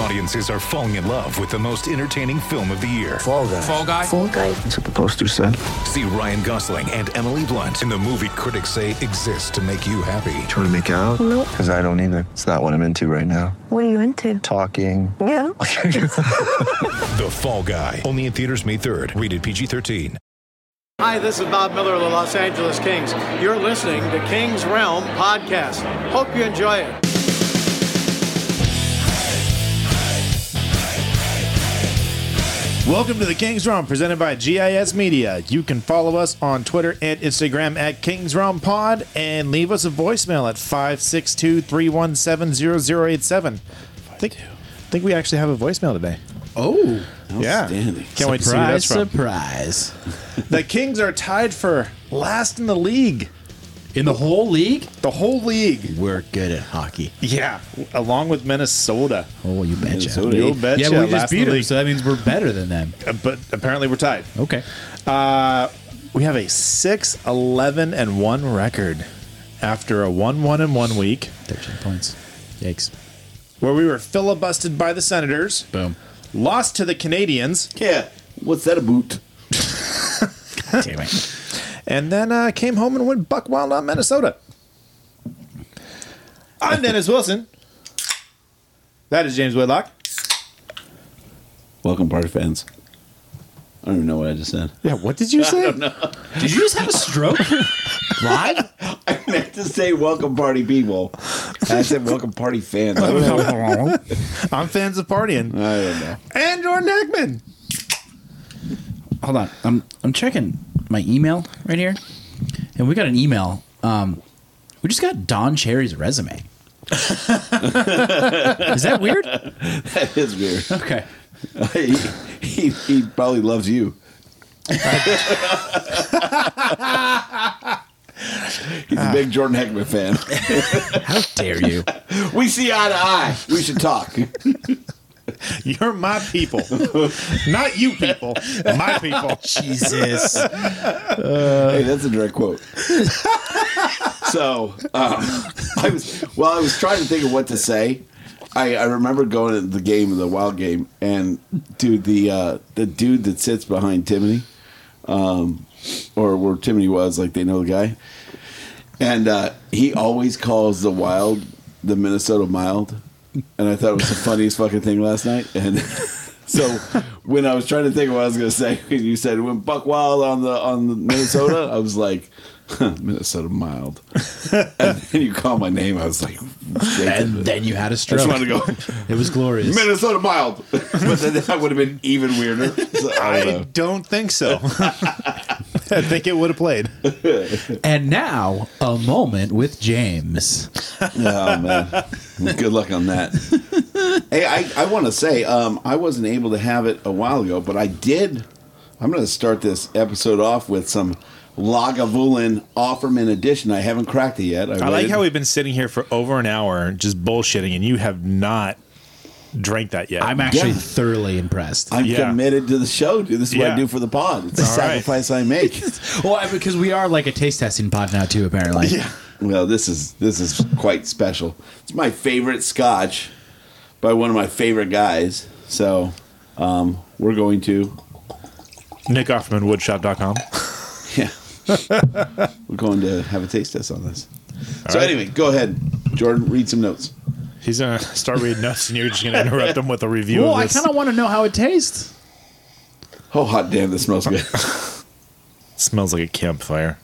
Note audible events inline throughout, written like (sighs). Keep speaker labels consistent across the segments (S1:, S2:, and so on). S1: Audiences are falling in love with the most entertaining film of the year.
S2: Fall guy.
S3: Fall guy.
S2: That's what the poster said.
S1: See Ryan Gosling and Emily Blunt in the movie critics say exists to make you happy.
S2: Trying to make it out?
S4: Nope.
S2: Because I don't either. It's not what I'm into right now.
S4: What are you into?
S2: Talking.
S4: Yeah.
S1: The Fall Guy. Only in theaters May 3rd. Rated
S3: (laughs)
S1: PG-13.
S5: Hi, this is Bob Miller of the Los Angeles Kings. You're listening to King's Realm Podcast. Hope you enjoy it.
S6: Welcome to the King's Realm, presented by GIS Media. You can follow us on Twitter and Instagram at King's Realm Pod and leave us a voicemail at 562 317 0087. I think, think we actually have a voicemail today.
S7: Oh,
S6: Yeah.
S7: outstanding.
S6: Can't wait to see where that's from.
S7: Surprise.
S6: The Kings are tied for last in the league.
S7: In the whole league?
S6: The whole league.
S7: We're good at hockey.
S6: Yeah. Along with Minnesota.
S7: Oh, you betcha.
S6: Minnesota. You betcha.
S7: Yeah, we
S6: Last
S7: just
S6: in
S7: beat
S6: the
S7: them,
S6: league.
S7: so that means we're better than them.
S6: Uh, But apparently we're tied.
S7: Okay.
S6: Uh, we have a 6 11 and 1 record after a 1 1 and 1 week
S7: 13 points. Yikes.
S6: where we were filibusted by the Senators,
S7: Boom.
S6: lost to the Canadians,
S3: Yeah. What's that about?
S7: (laughs) Damn it.
S6: and then uh, came home and went buck wild on Minnesota.
S7: (laughs)
S6: I'm Dennis Wilson. That is James Whitlock.
S3: Welcome, party fans. I don't even know what I just said.
S6: Yeah, what did you
S7: (laughs)
S6: say?
S7: Did you just have a stroke? Live?
S3: I meant to say welcome,
S1: (laughs)
S3: party people. And I said welcome, party fans. I don't know.
S6: (laughs) I'm fans of partying.
S3: I don't know.
S6: And Jordan Heckman.
S7: Hold on. I'm I'm checking my email right here. And we got an email. Um we just got Don Cherry's resume. Is that weird?
S3: That is weird.
S7: Okay.
S3: he, he, he probably loves you. He's a big Jordan Heckman fan.
S7: How dare you?
S3: (laughs) We see eye to eye. We should talk.
S6: (laughs) You're my people. Not you people. My people.
S7: (laughs) Jesus.
S3: hey, that's a direct quote. so um, I was well, I was trying to think of what to say. I, I remember going to the game, the wild game, and dude, the uh, the dude that sits behind Timony, um, or where Timony was, like they know the guy, and uh, he always calls the wild the Minnesota mild, and I thought it was the funniest fucking thing last night, and. (laughs) So when I was trying to think of what I was going to say, (laughs) you said when Buck Wild on the on the Minnesota, (laughs) I was like Minnesota mild, and then you call my name. I was like,
S7: And then you had a
S3: I
S7: stroke.
S3: just wanted to go
S7: It was glorious.
S3: Minnesota mild, but then that would have been even weirder. So, I
S6: I
S3: don't
S6: don't think so. (laughs) I think it would have played.
S7: And now, a moment with James.
S3: know. Oh man, good luck on that. Hey, I, I want to say um, I wasn't able to have it a while ago, but I did. I'm going to start this episode off with some Lagavulin Offerman edition. I haven't cracked it yet.
S6: I like
S3: waited.
S6: how we've been sitting here for over an hour just bullshitting, and you have not drank that yet.
S7: I'm actually
S3: Yeah.
S7: thoroughly impressed.
S3: I'm
S6: Yeah.
S3: committed to the show, dude. This is what
S6: Yeah.
S3: I do for the pod. It's a
S6: All right.
S3: sacrifice I
S6: (laughs)
S3: make.
S7: well, I- because we are like a taste testing pod now
S3: (laughs)
S7: too, apparently. Yeah.
S3: well, this is this is quite special. It's my favorite scotch by one of my favorite guys. So um, we're going to (laughs)
S6: Nick Offerman, woodshop.com.
S3: yeah, we're going to have a taste test on this. so anyway, go ahead, Jordan. Read some notes.
S6: He's going to start reading notes, and you're just going to (laughs) interrupt him with a review
S7: Well,
S6: of
S7: I
S6: this.
S7: kind of want to know how it tastes.
S3: Oh hot damn, this smells
S6: (laughs)
S3: good.
S6: Smells like a campfire.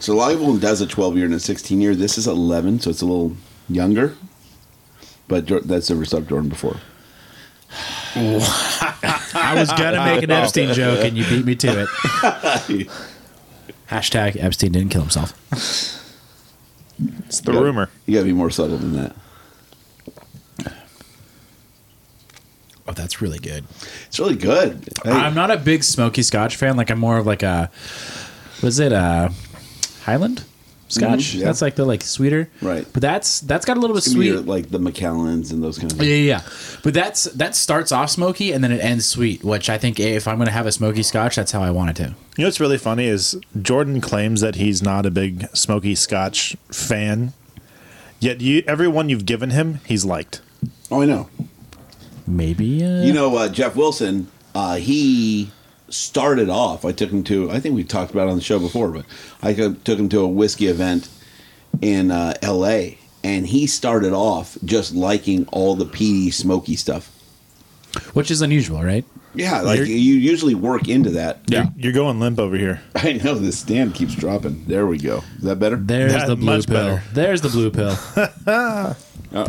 S3: so Lagavulin does a 12 year and a 16 year. This is 11, so it's a little younger. But Jor- that's never stopped Jordan before.
S6: I was gonna make an Epstein joke, and you beat me
S3: (laughs)
S6: to it. Hashtag Epstein didn't kill himself.
S7: It's the rumor.
S3: You got to be more subtle than that.
S6: Oh, that's really good.
S3: It's really good. Hey,
S6: I'm not a big smoky Scotch fan. Like I'm more of like a was it a Highland Scotch?
S3: Mhm, yeah.
S6: That's like the like sweeter,
S3: Right.
S6: But that's that's got a little bit
S3: give me
S6: sweet.
S3: your, like the McAllens and those kind of
S6: Yeah,
S3: things.
S6: yeah, yeah. But that's that starts off smoky and then it ends sweet, which I think if I'm gonna have a smoky Scotch, that's how I want it to.
S7: You know what's really funny is Jordan claims that he's not a big smoky Scotch fan, yet you, everyone you've given him, he's liked.
S3: Oh, I know.
S6: Maybe uh,
S3: You know, uh, Jeff Wilson, uh, he started off. I took him to, I think we talked about it on the show before, but I co- took him to a whiskey event in uh, LA, and he started off just liking all the peaty, smoky stuff.
S6: which is unusual, right?
S3: Yeah, like
S7: You're-
S3: you usually work into that.
S7: You're, you're going limp over here.
S3: (laughs) I know this stand keeps dropping. There we go. Is that better?
S6: There's
S7: That
S6: the blue
S7: much
S6: pill.
S7: better.
S6: There's the
S7: (laughs)
S6: blue pill.
S3: Ah,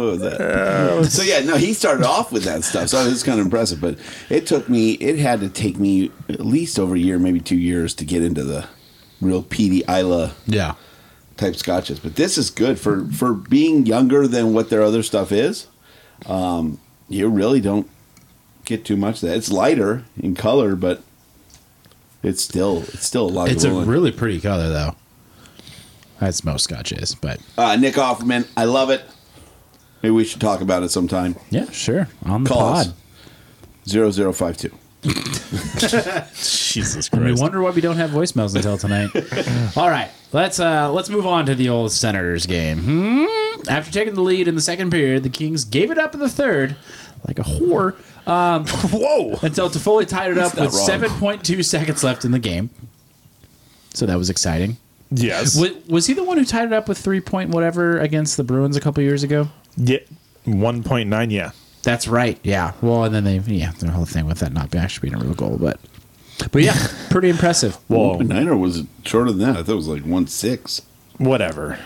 S3: what was that? so yeah, no, he started off with that stuff, so it was kind of impressive. But it took me, it had to take me at least over a year, maybe two years, to get into the real peaty Isla
S6: yeah.
S3: type scotches. But this is good for for being younger than what their other stuff is. Um, you really don't get too much of that. It's lighter in color, but it's still it's still a lot.
S6: It's a
S3: rolling.
S6: really pretty color though. That's most Scotch is, but
S3: uh, Nick Offerman. I love it. Maybe we should talk about it sometime.
S6: yeah, sure. On the
S3: Call
S6: pod.
S3: us. 0052.
S7: (laughs) Jesus
S6: We
S7: Christ.
S6: wonder why we don't have voicemails
S7: (laughs)
S6: until tonight. All right, let's uh, let's move on to the old Senators game. Hmm? After taking the lead in the second period, the Kings gave it up in the third, like a whore,
S7: Whoa.
S6: until Toffoli tied it up
S3: not
S6: with
S3: wrong.
S6: seven point two seconds left in the game. So that was exciting.
S7: Yes.
S6: Was, was he the one who tied it up with three point whatever against the Bruins a couple years ago?
S7: Yeah. 1.9, yeah.
S6: That's right. Yeah. Well, and then they yeah the whole thing with that not actually being a real goal, but but yeah, (laughs) pretty impressive.
S7: Whoa.
S3: Niner was shorter than that. I thought it was like one six.
S7: Whatever.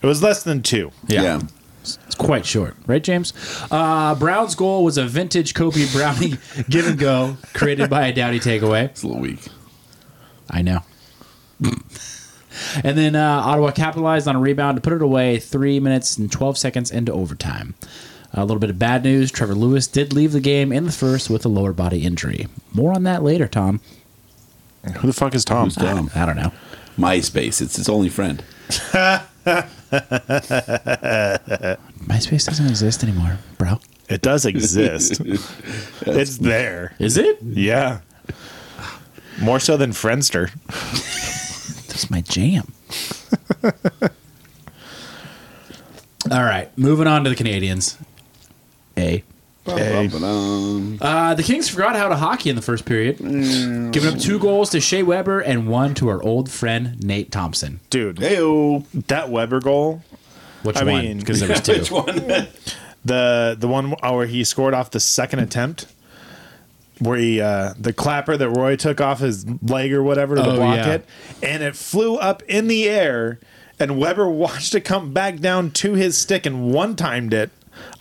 S7: It was less than two.
S6: It's quite short, right, James? Uh, Brown's goal was a vintage Kobe Brownie (laughs) give and go created by a Dowdy takeaway.
S3: it's a little weak.
S6: I know. and then uh, Ottawa capitalized on a rebound to put it away three minutes and 12 seconds into overtime. A little bit of bad news Trevor Lewis did leave the game in the first with a lower body injury. More on that later, Tom.
S7: Who the fuck
S3: (laughs)
S7: is Tom?
S3: Dumb.
S6: Um, I don't know.
S3: MySpace. It's its only friend.
S6: MySpace doesn't exist anymore, bro.
S7: It does exist. it's there.
S6: Is it?
S7: Yeah. More so than Friendster.
S6: That's my jam. (laughs) All right, moving on to the Canadians. A.
S3: Ba-ba-ba-dum.
S6: Uh, the Kings forgot how to hockey in the first period, giving up two goals to Shea Weber and one to our old friend Nate Thompson.
S7: Dude,
S3: Heyo.
S7: that Weber goal,
S6: Which
S7: I
S6: one?
S7: mean-
S6: Because there was two.
S3: Which one?
S7: the the one where he scored off the second attempt, where he uh, the clapper that Roy took off his leg or whatever to
S6: Oh,
S7: block
S6: yeah.
S7: it, and it flew up in the air, and Weber (laughs) watched it come back down to his stick and one timed it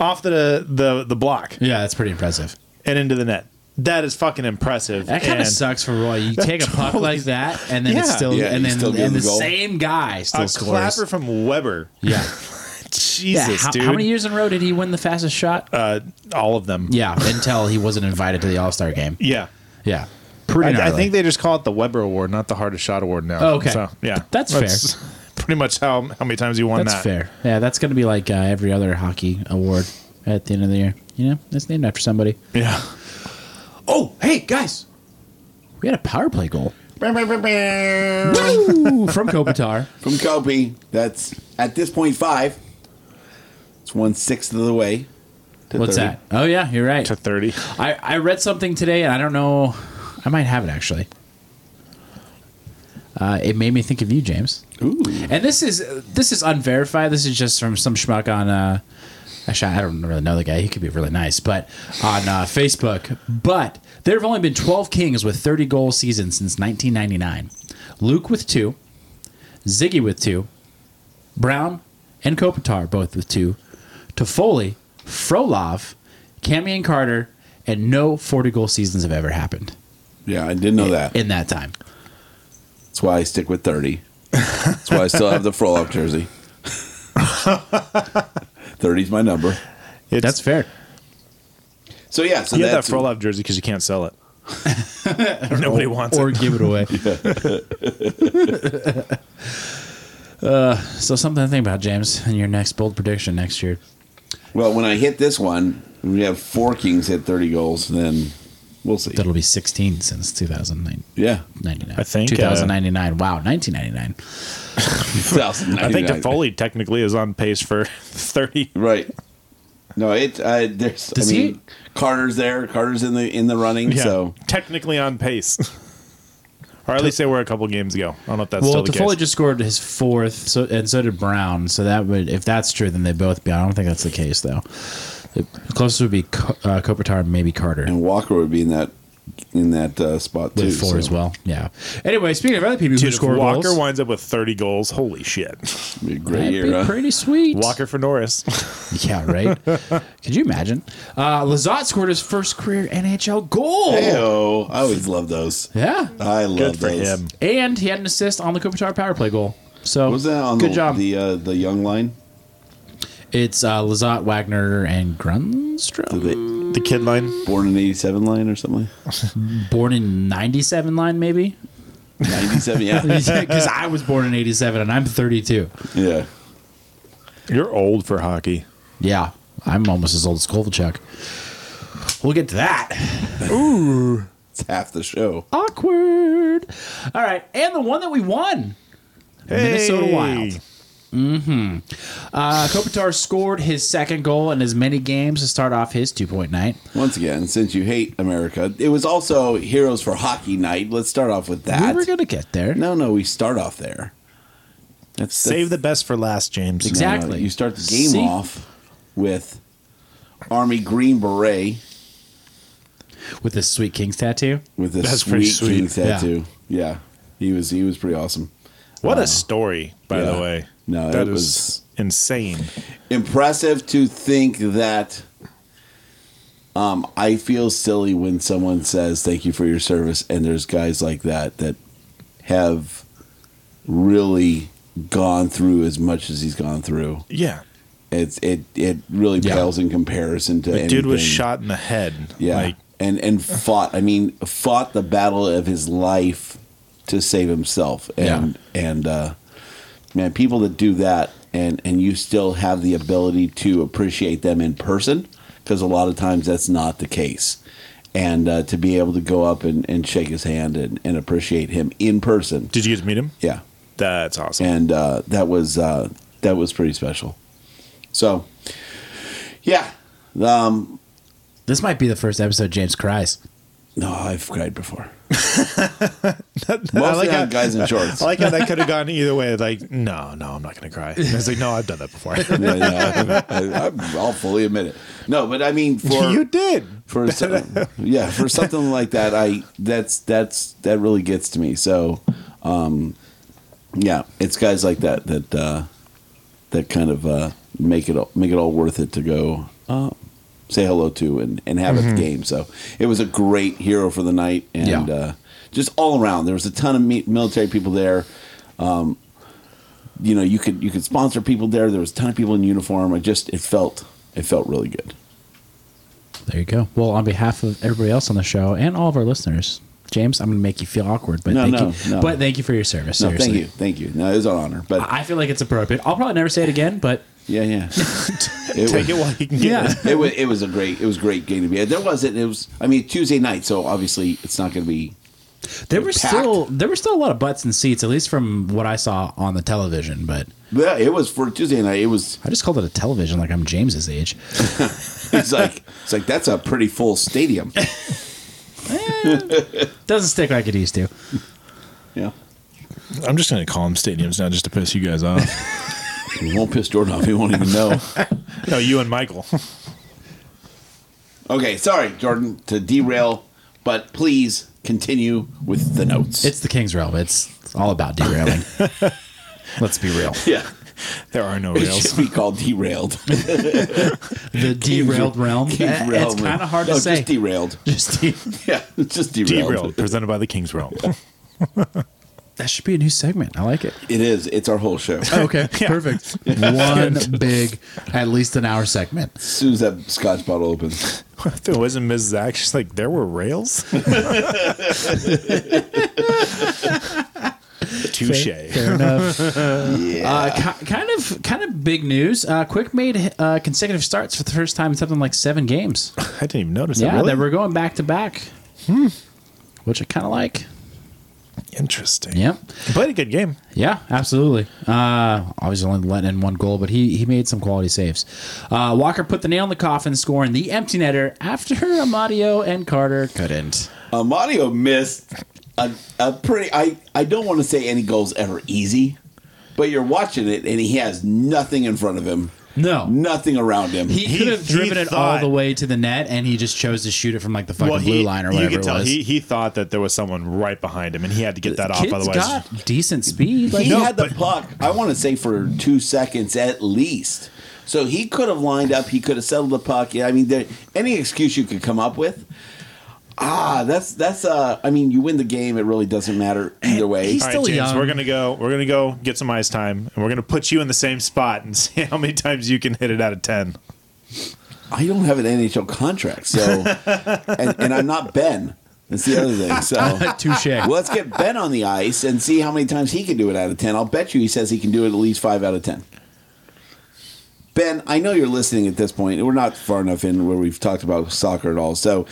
S7: off the the the block
S6: Yeah, that's pretty impressive.
S7: and into the net. That is fucking impressive.
S6: That kind of
S7: And
S6: sucks for Roy. You take a puck
S7: totally-
S6: like that, and then it's
S7: Yeah.
S6: still,
S3: Yeah,
S6: and
S3: you
S6: then
S3: still give
S6: and
S3: the
S6: the
S3: goal.
S6: same guy still
S7: A
S6: scores.
S7: clapper from Weber.
S6: yeah, yeah.
S7: (laughs) Jesus,
S6: How,
S7: dude.
S6: how many years in a row did he win the fastest shot?
S7: Uh, all of them.
S6: yeah, until he wasn't invited to the All Star game.
S7: Yeah.
S6: Yeah. Pretty
S7: I, I
S6: gnarly.
S7: think they just call it the Weber Award, not the hardest shot award now.
S6: Oh, okay.
S7: So, yeah.
S6: That's
S7: (laughs) Pretty much how how many times you won
S6: that's
S7: that.
S6: fair. Yeah, that's going to be like uh, every other hockey award at the end of the year. You know, it's named after somebody.
S7: Yeah.
S6: Oh, hey, guys. We had a power play goal. Woo! (laughs) From Kopitar.
S3: From Kobe. That's at this point five. It's one sixth of the way. to
S7: (laughs)
S6: What's
S3: 30.
S6: that? Oh, yeah, you're right.
S7: To 30.
S6: I, I read something today, and I don't know. I might have it, actually. Uh, it made me think of you, James.
S3: Ooh.
S6: And this is this is unverified. This is just from some schmuck on. Uh, actually, I don't really know the guy. He could be really nice, but on uh, Facebook. But there have only been 12 Kings with 30 goal seasons since 1999. Luke with two, Ziggy with two, Brown and Kopitar both with two, Toffoli, Frolov, Camion Carter, and no 40 goal seasons have ever happened
S3: Yeah, I didn't know that.
S6: in that time.
S3: That's why I stick with 30. That's why I still have the Frolov
S6: (laughs)
S3: jersey. 30's my number.
S8: It's,
S6: That's fair.
S3: So yeah, so
S8: you have that
S3: that's
S8: Frolov jersey because you can't sell it. Nobody wants
S6: Or
S8: it.
S6: give it away. uh, so something to think about, James, and your next bold prediction next year.
S3: well. When I hit this one, we have four Kings hit 30 goals. Then we'll see.
S6: That'll be 16 since 2009. (laughs)
S3: Yeah,
S6: 99.
S8: I think, uh,
S6: 2099. wow, 1999.
S8: I think
S3: 2099.
S8: Foley technically is on pace for (laughs) 30.
S3: Right. No, it. I there's.
S6: Does
S3: I mean,
S6: he-
S3: Carter's there. Carter's in the in the running.
S8: Yeah,
S3: So
S8: technically on pace. or at least they were a couple games ago. I don't know if that's
S6: Well,
S8: still the
S6: Toffoli
S8: case.
S6: just scored his fourth, so and so did Brown. So that would, if that's true, then they both be. I don't think that's the case though. The closest would be Co- uh, Kopitar, maybe Carter.
S3: and Walker would be in that in that uh, spot too.
S6: with four
S3: so.
S6: as well. Yeah. Anyway, speaking of other people who
S8: Dude, if
S6: score
S8: Walker
S6: goals,
S8: winds up with 30 goals. Holy shit.
S3: Be a great
S6: that'd
S3: year.
S6: be
S3: huh?
S6: pretty sweet.
S8: uh, Walker for Norris.
S6: (laughs) Yeah, right.
S8: (laughs)
S6: Could you imagine? Uh, Lazat scored his first career NHL goal.
S3: Ayo, I always love those.
S6: Yeah,
S3: I love
S8: Good for
S3: those.
S8: him.
S6: and he had an assist on the Kopitar power play goal. So
S3: What was that on
S6: good
S3: the,
S6: job.
S3: the uh, the young line?
S6: it's uh, Lazat, Wagner, and Grunstrom.
S3: The
S8: The kid line.
S3: born in '87 line or something?
S6: (laughs) born in 97 line maybe
S3: '97,
S6: (laughs)
S3: yeah,
S6: because i was born in 87 and i'm 32
S3: yeah.
S8: You're old for hockey.
S6: yeah i'm almost as old as kovalchuk we'll get to that
S3: It's half the show.
S6: awkward all right and the one that we won minnesota
S8: Hey.
S6: wild uh, kopitar scored his second goal in as many games to start off his two-point night
S3: Once again, since you hate America, it was also Heroes for Hockey Night. Let's start off with that.
S6: we were gonna get there
S3: no, no, we start off there. That's,
S8: Save the best for last, James.
S6: Exactly.
S3: No, no, you start the game
S6: See?
S3: off with Army Green Beret
S6: with this sweet king's tattoo
S3: with a
S8: That's
S3: sweet,
S8: pretty sweet.
S3: King tattoo. Yeah. he was he was pretty awesome.
S8: What a story, by
S3: Yeah.
S8: the way.
S3: No,
S8: that
S3: it
S8: is
S3: was-
S8: insane.
S3: impressive to think that um, I feel silly when someone says thank you for your service and there's guys like that that have really gone through as much as he's gone through.
S8: Yeah.
S3: It's it it really
S6: Yeah.
S3: pales in comparison to
S8: The dude was
S3: anything.
S8: shot in the head.
S3: Yeah.
S8: Like,
S3: and and fought, I mean, fought the battle of his life to save himself. And and uh man, people that do that and and you still have the ability to appreciate them in person because a lot of times that's not the case. And uh, to be able to go up and, and shake his hand and, and appreciate him in person.
S8: did you get to meet him?
S3: Yeah
S8: That's awesome.
S7: (laughs)
S3: and uh, that was uh, that was pretty special. So, yeah, um,
S6: this might be the first episode james cries
S3: no, I've cried
S8: (laughs)
S3: before.
S8: I
S3: Mostly
S8: like
S3: on
S8: how-
S3: guys in
S8: (laughs)
S3: shorts.
S8: I like how that could have gone either way. Like, no, no, I'm not going to cry. And it's like, no, I've done that
S6: (laughs)
S8: before.
S3: Yeah, yeah, (laughs) I, will fully admit it. No, but I mean, for
S8: you did.
S3: for so- yeah, for something like that, I that's that's that really gets to me. So, um, yeah, it's guys like that that uh, that kind of uh, make it all, make it all worth it to go uh, say hello to and and have at the game. So it was a great hero for the night and
S6: Yeah.
S3: uh, just all around. There was a ton of mi- military people there. Um, you know, you could you could sponsor people there. There was a ton of people in uniform. I just it felt it felt really good.
S6: There you go. Well, on behalf of everybody else on the show and all of our listeners, James, I'm going to make you feel awkward, but
S3: No,
S6: thank
S3: no,
S6: you.
S3: no.
S6: But thank you for your service.
S3: No,
S6: seriously.
S3: thank you, thank you. No, it was an honor, but
S6: I feel like it's appropriate. I'll probably never say it again,
S3: (laughs)
S6: but
S3: yeah, yeah. it
S8: Take
S3: was,
S8: it while you can get it.
S3: it was it was a great it was a great game to be at. There wasn't it was I mean Tuesday night, so obviously it's not going to be
S6: there were
S3: Packed.
S6: still there were still a lot of butts and seats, at least from what I saw on the television. But
S3: yeah, it was for Tuesday night. It was
S6: I just called it a television, like I'm James's age.
S3: it's like it's like that's a pretty full stadium.
S6: Doesn't stick like it used to.
S3: Yeah.
S8: I'm just going to call them stadiums now just to piss you guys off.
S7: (laughs)
S3: It won't piss Jordan off. He won't even know.
S8: no, you and (laughs) Michael.
S3: Okay, sorry, Jordan, to derail, but please continue with the notes.
S6: It's the King's Realm. It's all about derailing. Let's be real.
S3: (laughs) yeah.
S7: There are (laughs) no
S3: It
S7: rails.
S3: should be called derailed.
S6: The derailed
S3: (laughs)
S6: realm.
S3: Derailed.
S6: It's kind of hard
S3: no,
S6: to say.
S3: Just derailed. (laughs)
S6: Just de-
S3: Yeah, it's just derailed.
S7: Derailed, presented by the King's (laughs) Realm.
S6: that should be a new segment. I like it.
S3: It is. It's our whole
S6: (laughs)
S3: show.
S6: Oh, Okay, (laughs) perfect. One big, at least an hour segment.
S3: As soon as that scotch bottle opens,
S7: if it wasn't Ms. Zach, she's like, there were (laughs) rails? Touche.
S6: Fair (laughs) enough. uh, ki- kind of, kind of big news. Uh, Quick made uh, consecutive starts for the first time in something like seven (laughs) games.
S7: I didn't even notice
S6: yeah,
S7: that. Really?
S6: they were going back to back, Hmm. which I kind of like.
S7: Interesting.
S6: Yep.
S7: He played a good game.
S6: Yeah, absolutely. Uh, obviously, only letting in one goal, but he, he made some quality saves. Uh, Walker put the nail in the coffin, scoring the empty netter after (laughs) Amadio and Carter couldn't.
S3: um, Mario missed a, a pretty. I I don't want to say any goals ever easy, but you're watching it and he has nothing in front of him,
S6: No.
S3: nothing around him.
S6: He,
S7: He-
S6: could have
S7: he
S6: driven it all
S7: thought-
S6: the way to the net, and he just chose to shoot it from like the fucking blue line or whatever
S7: you could
S6: it
S7: tell
S6: was.
S7: he, he thought that there was someone right behind him, and he had to get that off.
S6: Kid's
S7: Otherwise,
S6: got decent speed. Like,
S3: He
S7: No,
S3: had the
S7: but-
S3: puck. I want to say for two seconds at least. So he could have lined up. He could have settled the puck. Yeah, I mean, there, any excuse you could come up with. Ah, that's that's. Uh, I mean, you win the game. It really doesn't matter either way.
S6: He's
S7: all right,
S6: still
S7: James,
S6: young.
S7: we're gonna go. We're gonna go get some ice time, and we're gonna put you in the same spot and (laughs) see how many times you can hit it out of ten.
S3: I don't have an NHL contract, so
S6: (laughs)
S3: and, and I'm not Ben. That's the other thing.
S6: (laughs)
S3: So
S6: (laughs) Touche.
S3: well, let's get Ben on the ice and see how many times he can do it out of ten. I'll bet you he says he can do it at least five out of ten. Ben, I know you're listening at this point. We're not far enough in where we've talked about soccer at all. So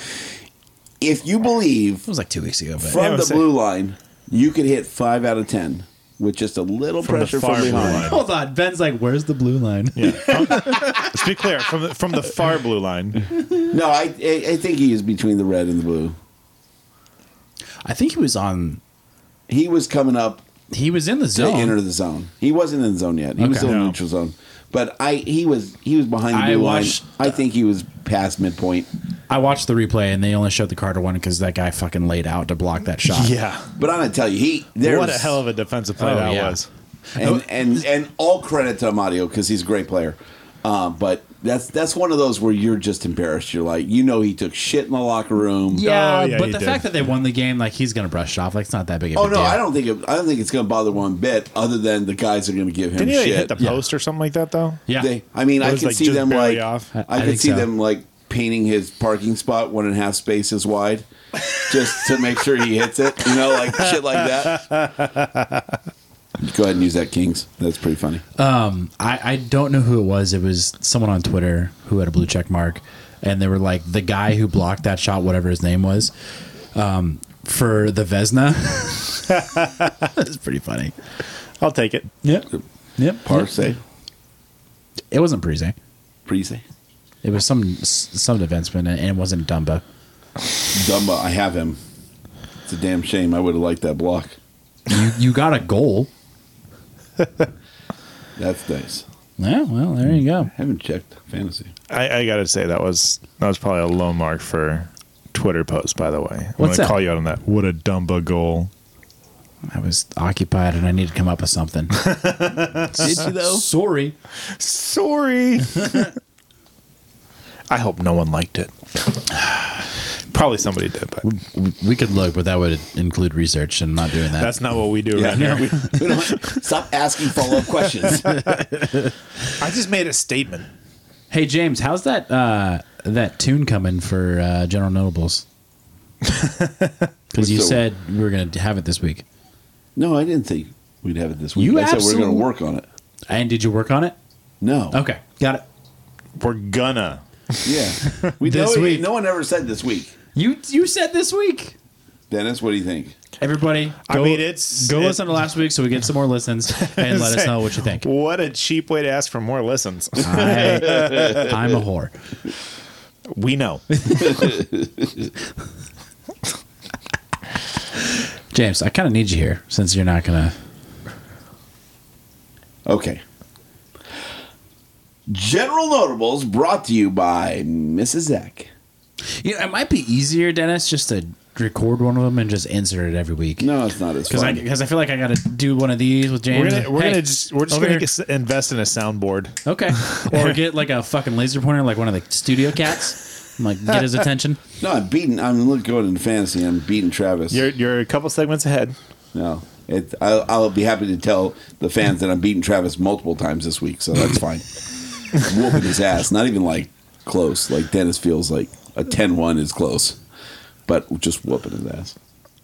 S3: if you believe
S6: It was like two weeks ago, but
S7: Yeah, I
S3: from the
S7: was
S3: blue line, you could hit five out of ten with just a little
S7: From the
S3: pressure from
S7: far blue
S3: behind.
S7: line.
S6: hold on. Ben's like, "Where's the blue line?"
S7: (laughs) Yeah. From- let's be clear from the, from the far blue line.
S3: No, I, I I think he is between the red and the blue.
S6: I think he was on.
S3: He was coming up
S6: He was in the
S3: to
S6: zone.
S3: enter the zone. He wasn't in the zone yet. He was
S6: Okay.
S3: still in the
S7: No.
S3: neutral zone. But I he was he was behind the
S6: I
S3: blue
S6: watched-
S3: line. I think he was past midpoint.
S6: I watched the replay and they only showed the Carter one because that guy fucking laid out to block that shot.
S7: (laughs) Yeah.
S3: But I'm gonna tell you, he there
S7: what
S3: was,
S7: a hell of a defensive play
S6: Oh,
S7: that
S6: yeah.
S7: was.
S3: and, and and all credit to Amadio because he's a great player. Uh, but that's that's one of those where you're just embarrassed. You're like, you know, he took shit in the locker room.
S6: Yeah,
S7: Oh, yeah,
S6: but
S7: he
S6: the
S7: did.
S6: fact that they won the game, like he's gonna brush it off, like it's not that big. Of
S3: Oh
S6: a
S3: no,
S6: deal.
S3: I don't think it, I don't think it's gonna bother one bit. Other than the guys are gonna give him
S7: Didn't he like,
S3: shit.
S7: hit the
S6: Yeah.
S7: post or something like that though?
S6: Yeah,
S3: They, I mean, I
S7: Those,
S3: could
S7: like,
S3: see
S7: just
S3: them
S7: barely
S3: like
S7: off.
S6: I-
S3: I,
S6: I
S3: could
S6: think
S3: see
S6: so.
S3: them like painting his parking spot one and a half spaces
S6: (laughs)
S3: wide, just to make sure he hits it. You know, like shit like that. Go ahead and use that, Kings. That's pretty funny.
S6: I, I don't know who it was. It was someone on Twitter who had a blue check mark, and they were like the guy who blocked that shot, whatever his name was, um, for the Vesna. (laughs) That's pretty funny.
S7: I'll take it.
S6: Yep. Yep.
S3: Parse,
S6: It wasn't Prize.
S3: Parise,
S6: It was some some defenseman, and it wasn't Dumba.
S3: Dumba. I have him. It's a damn shame. I would have liked that block.
S6: You you got a goal.
S3: That's nice.
S6: Yeah. Well, there you go.
S3: haven't checked
S6: (laughs)
S3: fantasy.
S7: I, I gotta say that was that was probably a low mark for Twitter post. By the way, I'm gonna
S6: What's that?
S7: call you out on that. What a dumba goal!
S6: I was occupied and I needed to come up with something.
S3: Did you
S7: (laughs)
S3: though?
S6: Sorry.
S7: Sorry. (laughs) I hope no one liked it. Probably somebody did, but
S6: We could look, but that would include research and not doing that.
S7: that's not what we do
S3: Yeah,
S7: right here.
S3: we, we don't, stop asking follow up (laughs) questions.
S7: (laughs) I just made a statement.
S6: hey James, how's that uh, that tune coming for uh, General Notables? Because you
S3: So-
S6: said we were going to have it this week.
S3: No, I didn't think we'd have it this week.
S6: You
S3: I said we're going
S6: absolute-
S3: to work on it.
S6: And did you work on it?
S3: No.
S6: Okay, got it.
S7: We're gonna.
S6: (laughs)
S3: Yeah. We
S6: This
S3: no,
S6: week.
S3: No one ever said this week.
S6: You you said this week.
S3: Dennis, what do you think?
S6: Everybody,
S7: I
S6: go,
S7: mean, it's-
S6: go
S7: it-
S6: listen to last week so we get some more
S7: (laughs)
S6: listens and let us know what you think.
S7: What a cheap way to ask for more listens.
S6: I, I'm a whore.
S7: we know.
S6: James, I kind of need you here since you're not going to.
S3: Okay. General Notables brought to you by Mrs. Zach.
S6: You know, it might be easier, Dennis, just to record one of them and just insert it every week.
S3: No, it's not as
S6: Because I,
S3: fun.
S6: because I feel like I got to do one of these with
S7: We're
S6: James.
S7: gonna we're
S6: Hey,
S7: gonna just, we're just
S6: over
S7: gonna
S6: here.
S7: s- invest in a soundboard. (laughs)
S6: Okay. Or get like a fucking laser pointer, like one of the studio cats. I'm like, get his attention.
S3: no, I'm beating. I'm look going into fantasy. I'm beating Travis.
S7: You're you're a couple segments ahead.
S3: no, it, I'll, I'll be happy to tell the fans that I'm beating Travis multiple times this week, so that's
S6: (laughs)
S3: fine. Whooping his ass. Not even like close. Like Dennis feels like a 10-1 is close, but just whooping his ass.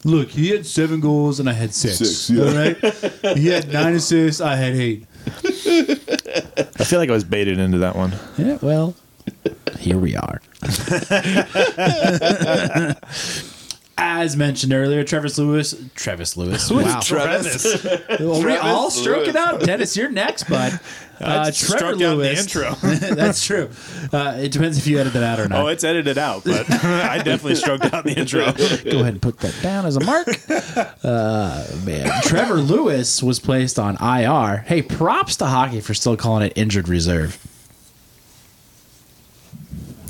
S6: Look, he had seven goals and I had six.
S3: Six, yeah. all
S6: right. He
S3: (laughs)
S6: had nine assists. I had eight.
S7: I feel like I was baited into that one.
S6: Yeah. Well, here we are. (laughs) As mentioned earlier, Travis Lewis. Travis Lewis. Wow.
S7: (laughs) Travis,
S6: Are we all
S3: Travis
S6: stroking
S3: Lewis.
S6: out? Dennis, you're next, (laughs) bud. Uh,
S7: just
S6: Trevor
S7: struck out the
S6: Lewis.
S7: intro.
S6: (laughs) That's true. Uh, it depends if you edit that out or not.
S7: oh, it's edited out, but (laughs) I definitely stroked out the intro.
S6: (laughs) Go ahead and put that down as a mark. Uh, man, Trevor Lewis was placed on IR. Hey, props to hockey for still calling it injured reserve.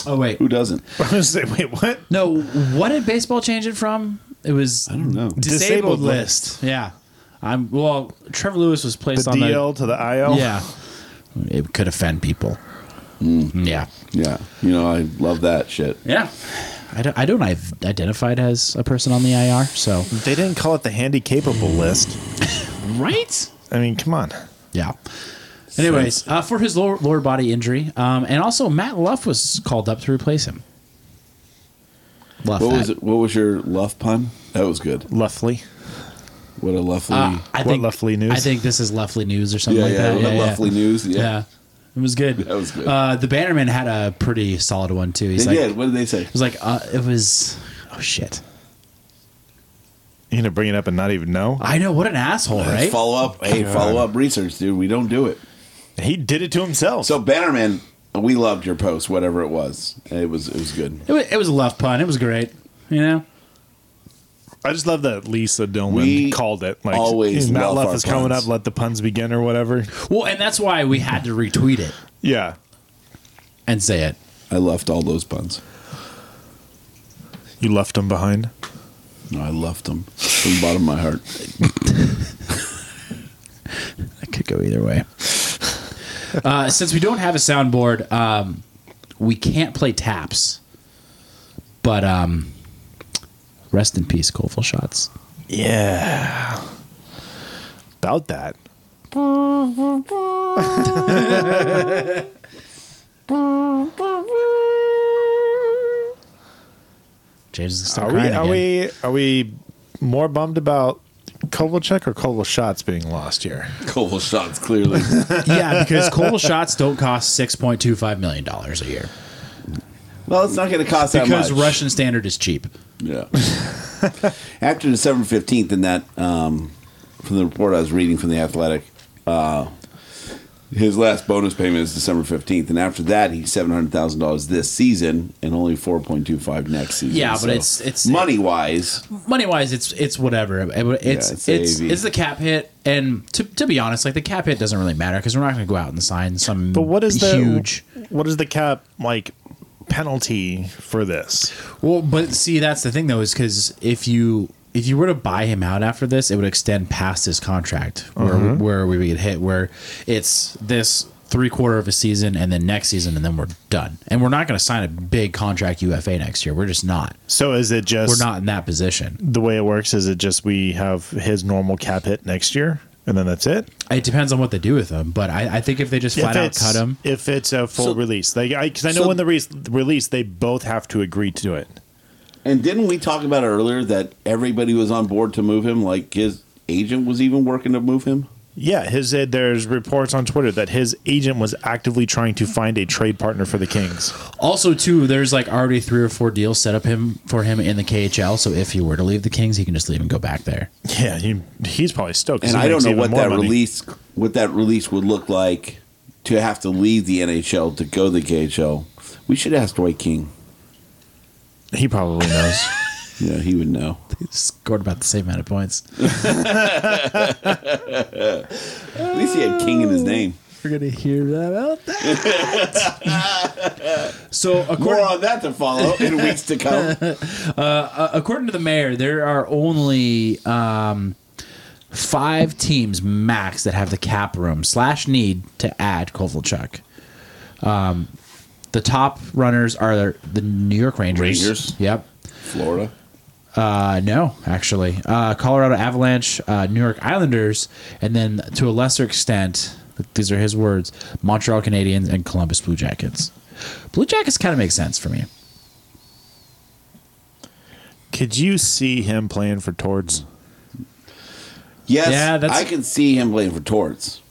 S6: Oh wait,
S3: Who doesn't?
S7: (laughs) I was gonna say, wait, what?
S6: no. What did baseball change it from? It was I don't
S3: know.
S6: Disabled,
S7: Disabled
S6: list. Yeah, I'm. Well, Trevor Lewis was placed
S7: The
S6: on
S7: DL to the IL.
S6: the. Yeah, it could offend people. Yeah,
S3: Yeah, you know I love that shit.
S6: yeah. I don't. I don't. I've identified as a person on the IR. So
S7: They didn't call it the handy capable list.
S6: right.
S7: I mean, come on.
S6: Yeah. Anyways, uh, for his lower, lower body injury, um, and also Matt Luff was called up to replace him. Luff,
S3: What
S6: that.
S3: was it? What was your luff pun? That was good.
S7: Luffly.
S3: What a lovely.
S6: Uh, I
S7: What
S6: think
S7: Luffly news?
S6: I think this is Luffly news or something
S3: yeah,
S6: like
S3: yeah,
S6: that.
S3: what a lovely news.
S6: Yeah.
S3: Yeah,
S6: it was good.
S3: That was good.
S6: Uh, the Bannerman had a pretty solid one too. He's
S3: they
S6: like,
S3: did.
S6: it
S3: What did they say?
S6: was like, uh, it was. Oh shit!
S7: You gonna bring it up and not even know?
S6: I know what an asshole, right?
S3: Follow up. Hey, follow up research, dude. We don't do it.
S7: He did it to himself.
S3: So Bannerman, we loved your post, whatever it was. It was it was good.
S6: It was, it was a Luff pun. It was great. You know,
S7: I just love that Lisa Dillman
S3: We
S7: called it. Like
S3: always
S7: Matt
S3: love
S7: Luff
S3: our
S7: is coming
S3: puns.
S7: up. Let the puns begin or whatever.
S6: well, and that's why we had to retweet it
S7: Yeah.
S6: and say it.
S3: I left all those puns.
S7: You left him behind.
S3: No, I left them from the bottom of my heart.
S6: (laughs) It could go either way. (laughs) uh, since we don't have a soundboard, um, we can't play taps. But um, rest in peace, Colville shots.
S7: Yeah. About that.
S6: James is
S7: Are
S6: still
S7: we
S6: crying
S7: are
S6: again.
S7: we are we more bummed about Kovalchuk or Koval shots being lost here?
S3: Koval shots clearly.
S7: (laughs)
S6: yeah, because Colville shots don't cost six point two five million dollars a year
S3: well, it's not going to cost that
S6: because
S3: much.
S6: Russian standard is cheap.
S3: Yeah. After December fifteenth, in that um, from the report I was reading from the Athletic, uh, his last bonus payment is December fifteenth, and after that, he's seven hundred thousand dollars this season and only four point two five next season.
S6: Yeah, but it's- it's-
S3: money wise.
S6: money wise, it's it's whatever. It- It's
S3: it's
S6: it's it's,
S3: AAV.
S6: the cap hit, and to, to be honest, like the cap hit doesn't really matter because we're not going to go out and sign some.
S7: But what is the
S6: huge?
S7: What is the cap like penalty for this?
S6: Well, but see, that's the thing though, is because if you if you were to buy him out after this, it would extend past his contract where where we would get hit, where it's this three quarter of a season and then next season and then we're done. And we're not going to sign a big contract UFA next year. We're just not.
S7: So is it just
S6: We're not in that position.
S7: the way it works? Is it just we have his normal cap hit next year and then that's it?
S6: It depends on what they do with him, but I, I think if they just flat
S7: If
S6: out
S7: it's-
S6: cut him,
S7: If it's a full
S3: So-
S7: release, like I because I know
S3: so-
S7: when the re- release, they both have to agree to it.
S3: And didn't we talk about it earlier that everybody was on board to move him? Like his agent was even working to move him.
S7: Yeah, his uh, there's reports on Twitter that his agent was actively trying to find a trade partner for the Kings.
S6: Also, too, there's like already three or four deals set up him for him in the KHL. So if he were to leave the Kings, he can just leave and go back there. (laughs)
S7: Yeah, he, he's probably stoked. 'cause
S3: and
S7: he
S3: I don't
S7: makes
S3: know
S7: even
S3: what
S7: more
S3: that
S7: money.
S3: release what that release would look like to have to leave the NHL to go to the KHL. We should ask Dwight King.
S7: He probably knows.
S3: (laughs) Yeah, he would know.
S6: He scored about the same amount of points.
S3: At least he had King in his name.
S6: We're gonna hear about that.
S3: (laughs)
S6: so,
S3: More
S6: according
S3: on that to follow in weeks to come.
S6: uh, according to the mayor, there are only um, five teams max that have the cap room slash need to add Kovalchuk. Um, the top runners are the New York Rangers.
S3: Rangers.
S6: Yep.
S3: Florida.
S6: Uh, no, actually, uh, Colorado Avalanche, uh, New York Islanders, and then to a lesser extent, these are his words: Montreal Canadiens and Columbus Blue Jackets. Blue Jackets kind of makes sense for me.
S8: Could you see him playing for Torts?
S3: Yes,
S6: Yeah, that's-
S3: I can see him playing for Torts.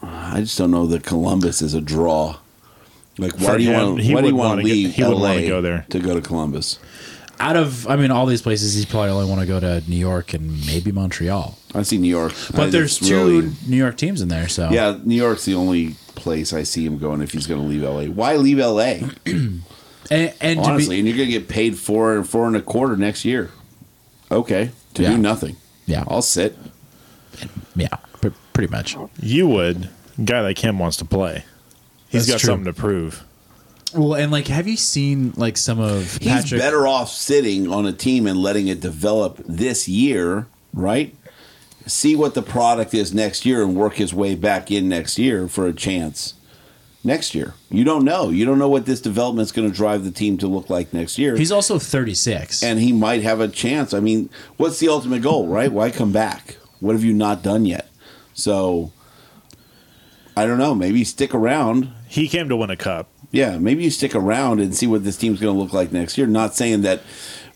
S3: I just don't know that Columbus is a draw. Like, why
S8: For
S3: do you
S8: him,
S3: want?
S8: he
S3: Why do you
S8: wouldn't
S3: want
S8: wanna
S3: to
S8: get-
S3: leave?
S8: he wouldn't
S3: LA
S8: wanna go there.
S3: to go to Columbus.
S6: out of I mean all these places he'd probably only want to go to New York and maybe Montreal.
S3: I see New York,
S6: But
S3: I
S6: there's
S3: just
S6: two
S3: really-
S6: New York teams in there, so
S3: yeah, New York's the only place I see him going if he's going to leave LA. Why leave LA?
S6: And, and to
S3: Honestly,
S6: be,
S3: and you're going to get paid four and four and a quarter next year. Okay, to
S6: Yeah.
S3: do nothing.
S6: Yeah.
S3: I'll sit.
S6: yeah, pr- pretty much.
S8: You would. Guy like him wants to play. He's
S6: That's
S8: got
S6: true.
S8: something to prove.
S6: Well, and like, have you seen like some of
S3: He's
S6: Patrick?
S3: better off sitting on a team and letting it develop this year, right? See what the product is next year and work his way back in next year for a chance next year. You don't know. You don't know what this development's going to drive the team to look like next year.
S6: He's also 36.
S3: and he might have a chance. I mean, what's the ultimate goal, right? Why come back? What have you not done yet? So I don't know. Maybe stick around.
S8: He came to win a cup.
S3: Yeah, maybe you stick around and see what this team's going to look like next year. Not saying that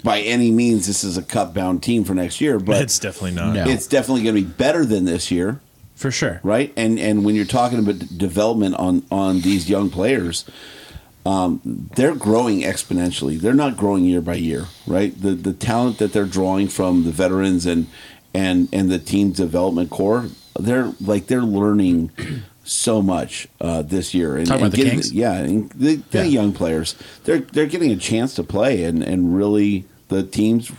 S3: by any means this is a cup bound team for next year, but
S8: it's definitely not.
S6: No.
S3: it's definitely going to be better than this year,
S6: for sure.
S3: right? And and when you're talking about d- development on on these young players, um, they're growing exponentially. They're not growing year by year, right? The the talent that they're drawing from the veterans and and and the team development core, they're like they're learning so much uh, this year. And,
S6: Talking
S3: and
S6: about the
S3: getting-
S6: Kings?
S3: yeah, and the, the
S6: Yeah.
S3: young players, they're they're getting a chance to play, and and really the teams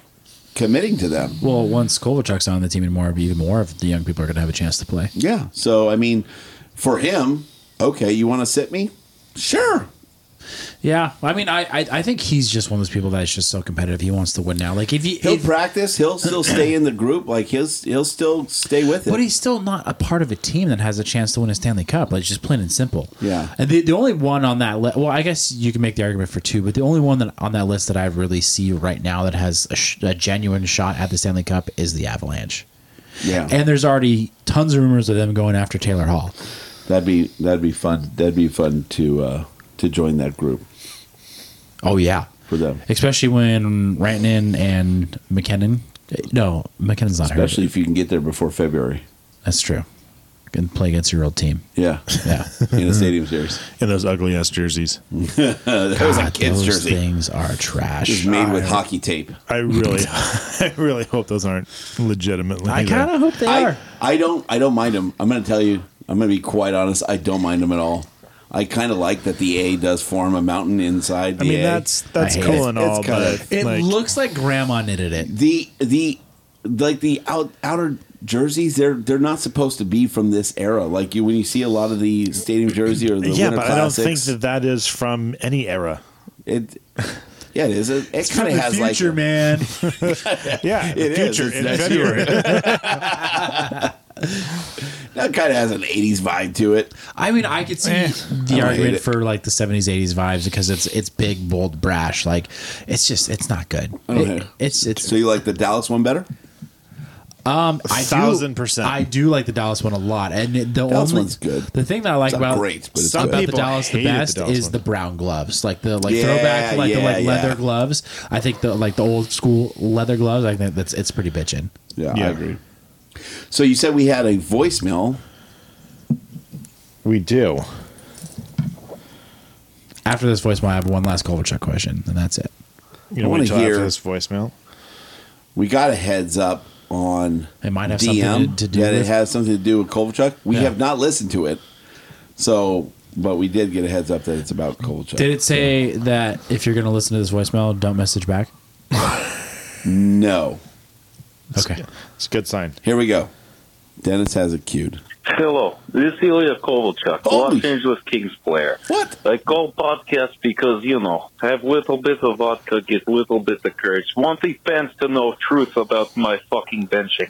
S3: committing to them.
S6: Well, once Kovalchuk's on the team and more, even more of the young people are going to have a chance to play.
S3: Yeah. So I mean, for him, okay, you want to sit me? Sure.
S6: Yeah, I mean, I, I I think he's just one of those people that's just so competitive. He wants to win now. Like if he,
S3: He'll
S6: if-
S3: practice. He'll still stay in the group. Like he'll he'll still stay with it.
S6: But he's still not a part of a team that has a chance to win a Stanley Cup. Like, it's just plain and simple.
S3: Yeah.
S6: And the, the only one on that list, well, I guess you can make the argument for two, but the only one that on that list that I really see right now that has a, sh- a genuine shot at the Stanley Cup is the Avalanche.
S3: yeah.
S6: And there's already tons of rumors of them going after Taylor Hall.
S3: that'd be that'd be fun. That'd be fun to uh, to join that group
S6: Oh yeah.
S3: for them.
S6: Especially when Rantanen and McKinnon. No, McKinnon's not
S3: Especially
S6: hurt.
S3: if you can get there before February.
S6: That's true. And play against your old team. (laughs)
S3: Yeah.
S6: Yeah.
S3: In a stadium series. (laughs)
S8: In those ugly ass jerseys.
S3: That was a
S6: God,
S3: kid's
S6: those
S3: jersey.
S6: things are
S3: It was
S6: trash.
S3: made with hockey tape.
S8: I really, (laughs) I really hope those aren't legitimately.
S6: I kind of hope they
S3: I,
S6: are.
S3: I don't I don't mind him. I'm going to tell you. I'm going to be quite honest. I don't mind him at all. I kind of like that the A does form a mountain inside the
S8: I mean,
S3: A.
S8: that's that's
S6: I hate
S8: cool
S3: it.
S8: and
S3: It's
S8: all,
S3: kinda-
S8: but
S6: It
S8: like,
S6: looks like grandma knitted it.
S3: the the like the out outer jerseys they're they're not supposed to be from this era like you when you see a lot of the stadium jersey or the
S8: yeah,
S3: winter
S8: but I don't
S3: classics
S8: think that that is from any era.
S3: it yeah it is it, it kind of has like
S6: man.
S8: Yeah,
S3: It is.
S8: future
S3: It's
S8: in
S3: next
S8: February. (laughs)
S3: that kind of has an 80s vibe to it
S6: I mean, I could see the
S3: hate
S6: argument
S3: it.
S6: for like the '70s, '80s vibes because it's it's big, bold, brash. Like it's just it's not good.
S3: don't
S6: It-
S3: hate it.
S6: it's it's
S3: so you like the Dallas one better
S6: I do-
S8: thousand percent.
S6: I do like the Dallas one a lot, and it- the
S3: Dallas
S6: only,
S3: one's good.
S6: The thing that I like
S3: It's not
S6: about
S3: great, but it's
S6: about
S3: good.
S6: the
S8: People
S6: Dallas the
S8: hated the
S6: best
S8: Dallas
S6: is
S8: one.
S6: the brown gloves, like the like
S3: Yeah,
S6: throwback, like the
S3: yeah,
S6: like
S3: yeah.
S6: leather gloves. I think the like the old school leather gloves. I think that's it's pretty bitchin'.
S8: Yeah.
S3: so you said we had a voicemail
S8: We do.
S6: After this voicemail, I have one last Kovalchuk question, and that's it.
S8: You know,
S3: wanna
S8: wait till after
S3: hear-
S8: this voicemail.
S3: we got a heads up on
S6: It might have
S3: DM
S6: something to- to do
S3: that it
S6: with-
S3: has something to do with Kovalchuk we
S6: Yeah.
S3: have not listened to it so but we did get a heads up that it's about Kovalchuk
S6: Did it say that if you're going to listen to this voicemail, don't message back?
S3: no
S6: Okay.
S8: It's a good sign.
S3: here we go Dennis has it queued.
S9: Hello, this is Ilya Kovalchuk,
S3: Holy
S9: Los Angeles Kings player.
S3: What?
S9: I call podcast because, you know, have little bit of vodka, get little bit of courage. Want the fans to know truth about my fucking benching.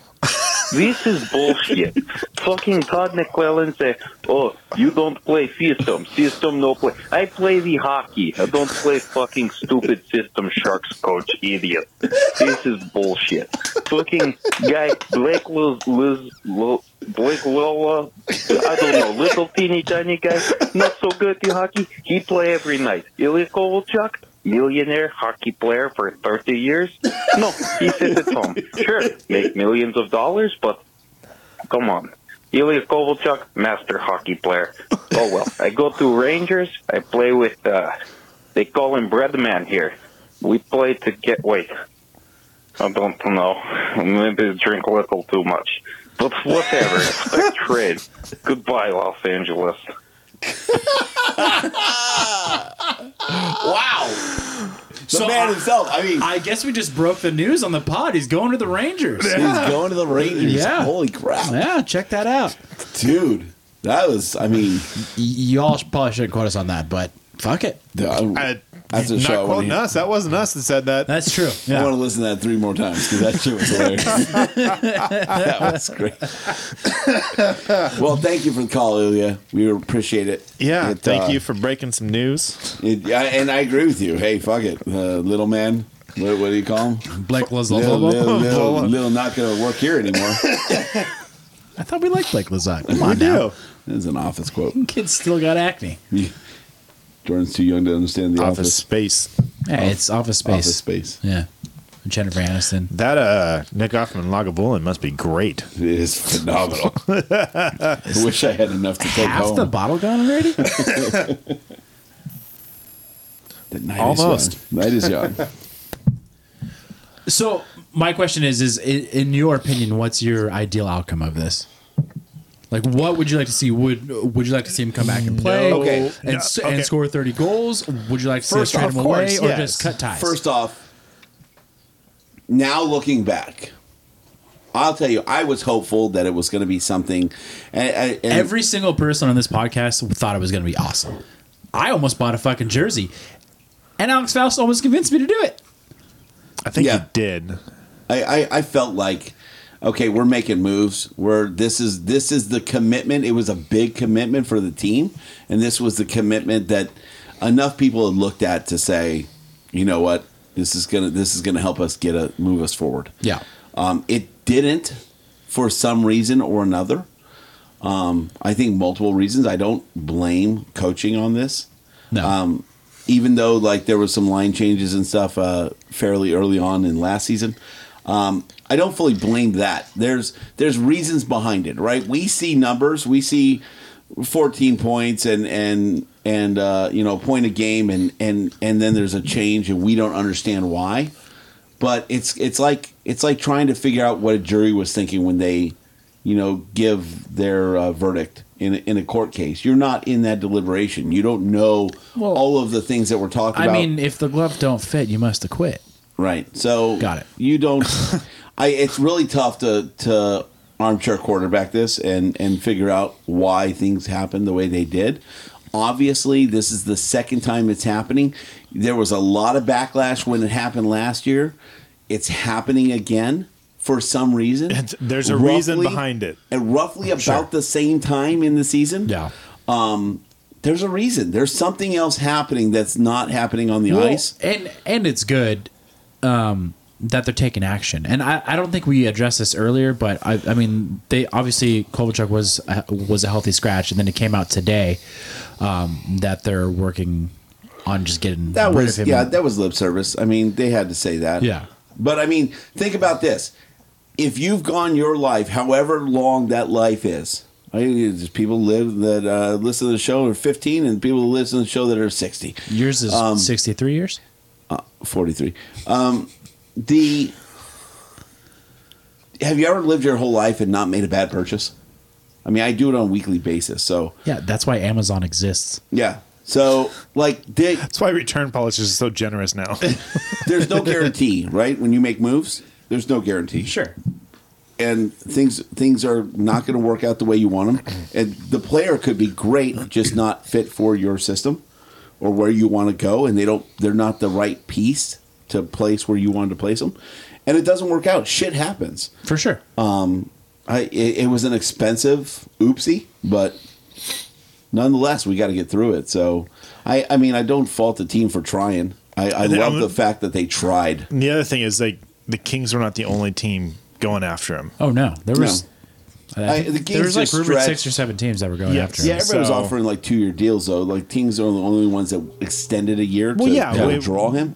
S9: this is bullshit. fucking Todd McClellan say, oh, you don't play system. System no play. I play the hockey. I don't play fucking stupid (laughs) system sharks coach idiot. This is bullshit. Fucking guy Blake Liz, Liz, Lo- Blake Lola, I don't know, little teeny tiny guy, (laughs) not so good at hockey. He play every night. Ilya Kovalchuk, millionaire hockey player for 30 years. No, he sits at home. Sure, make millions of dollars, but come on. Ilya Kovalchuk, master hockey player. Oh well, I go to Rangers. I play with, uh, they call him Breadman here. We play to get, wait, I don't know. (laughs) Maybe I drink a little too much. But whatever.
S6: (laughs)
S9: Expect trade. Goodbye, Los Angeles.
S3: wow. The man himself. I mean,
S6: I guess we just broke the news on the pod. He's going to the Rangers.
S3: He's going to the Rangers.
S6: Yeah.
S3: Holy crap.
S6: Yeah, check that out.
S3: Dude, that was, I mean,
S6: y'all probably shouldn't quote us on that, but fuck it.
S3: I, that's a
S7: Not
S3: show. I want
S7: quoting
S3: to
S7: us. That wasn't us that said that.
S6: That's true.
S3: listen to that three more times because that shit was hilarious. that was great. (laughs) well, thank you for the call, Ilya. We appreciate it.
S7: Yeah,
S3: It,
S7: thank
S3: uh,
S7: you for breaking some news.
S3: It, I, and I agree with you. Hey, fuck it, uh, little man. What, what do you call him?
S6: Blake
S3: Little, little,
S6: Lazlovo.
S3: little, little not gonna work here anymore.
S6: I thought we liked Blake Lazlovo. Come
S7: We
S6: on now.
S7: do.
S3: That's an office quote.
S6: Kid's still got acne.
S3: Jordan's too young to understand the
S7: Office
S3: office.
S7: Space.
S6: Hey, it's office space.
S3: Office space.
S6: Yeah. Jennifer Aniston.
S7: That uh, Nick Offerman Lagavulin must be great.
S3: It is phenomenal. I wish I had enough to take
S6: Half
S3: home.
S6: the bottle gone already?
S3: The night
S7: Almost.
S3: Is young. Night is young.
S6: (laughs) so my question is is i- in your opinion, what's your ideal outcome of this? Like what would you like to see? Would would you like to see him come back and play
S3: Okay.
S8: Oh,
S6: and, s
S7: No, okay.
S6: and score thirty goals? Would you like to see us
S3: First
S6: trade
S3: off,
S6: him away
S3: course,
S6: or
S7: yes.
S6: just cut ties?
S3: First off, now looking back, I'll tell you, I was hopeful that it was going to be something. And, and- and-
S6: Every single person on this podcast thought it was going to be awesome. I almost bought a fucking jersey, and Alex Faust almost convinced me to do it.
S7: I think
S3: Yeah.
S7: he did.
S3: I, I, I felt like okay we're making moves we're this is this is the commitment it was a big commitment for the team and this was the commitment that enough people had looked at to say you know what this is gonna this is gonna help us get a move us forward
S6: Yeah.
S3: um, it didn't for some reason or another um, i think multiple reasons i don't blame coaching on this
S6: No.
S3: um, even though like there was some line changes and stuff uh, fairly early on in last season. Um, I don't fully blame that. There's there's reasons behind it, right? We see numbers, we see 14 points and and and uh, you know point a game, and and and then there's a change, and we don't understand why. But it's it's like it's like trying to figure out what a jury was thinking when they, you know, give their uh, verdict in a, in a court case. You're not in that deliberation. You don't know
S6: Well,
S3: all of the things that we're talking
S6: I
S3: about.
S6: mean, if the glove don't fit, you must acquit.
S3: Right. So
S6: Got it.
S3: You
S7: (laughs)
S3: don't. I. It's really tough to to armchair quarterback this and and figure out why things happened the way they did. Obviously, this is the second time it's happening. There was a lot of backlash when it happened last year. It's happening again for some reason.
S7: It's- there's a reason behind it.
S3: And roughly about the same time in the season.
S6: Yeah.
S3: Um. There's a reason. There's something else happening that's not happening on the
S6: Well,
S3: ice.
S6: And and it's good um, that they're taking action. And I, I don't think we addressed this earlier, but I, I mean, they obviously Kovalchuk was a, was a healthy scratch, and then it came out today um, that they're working on just getting
S3: That
S6: rid
S3: was
S6: of him.
S3: yeah, that was lip service. I mean, they had to say that.
S6: Yeah.
S3: But I mean, think about this. If you've gone your life, however long that life is, I mean, there's people live that uh, listen to the show are 15 and people that listen to the show that are 60,
S6: Yours is
S3: um,
S6: sixty three years.
S3: 43. Um, the Have you ever lived your whole life and not made a bad purchase? I mean, I do it on a weekly basis. So,
S6: Yeah, that's why Amazon exists.
S3: yeah. So, like, they,
S7: That's why return policies are so generous now.
S3: there's no guarantee, right? When you make moves, there's no guarantee.
S6: Sure.
S3: and things things are not going to work out the way you want them. And the player could be great, just not fit for your system or where you want to go. And they don't they're not the right piece to place where you wanted to place them. And it doesn't work out. Shit happens
S6: for sure.
S3: Um, I it, it was an expensive oopsie, but nonetheless, we got to get through it. So I I mean I don't fault the team for trying. I, I
S7: And then
S3: love
S7: I'm-
S3: the fact that they tried.
S7: (laughs) And the other thing is like the Kings were not the only team going after him.
S6: Oh no, there was.
S3: No.
S6: I
S3: I-
S6: think
S3: the
S6: there was
S3: game's
S6: like
S3: just
S6: rumored six
S3: stretched.
S6: or seven teams that were going after
S3: yeah,
S6: him.
S3: everybody was
S6: So-
S3: offering like two year deals though. Like teams are the only ones that extended a year to,
S7: Well, yeah,
S3: to
S7: we-
S3: draw him.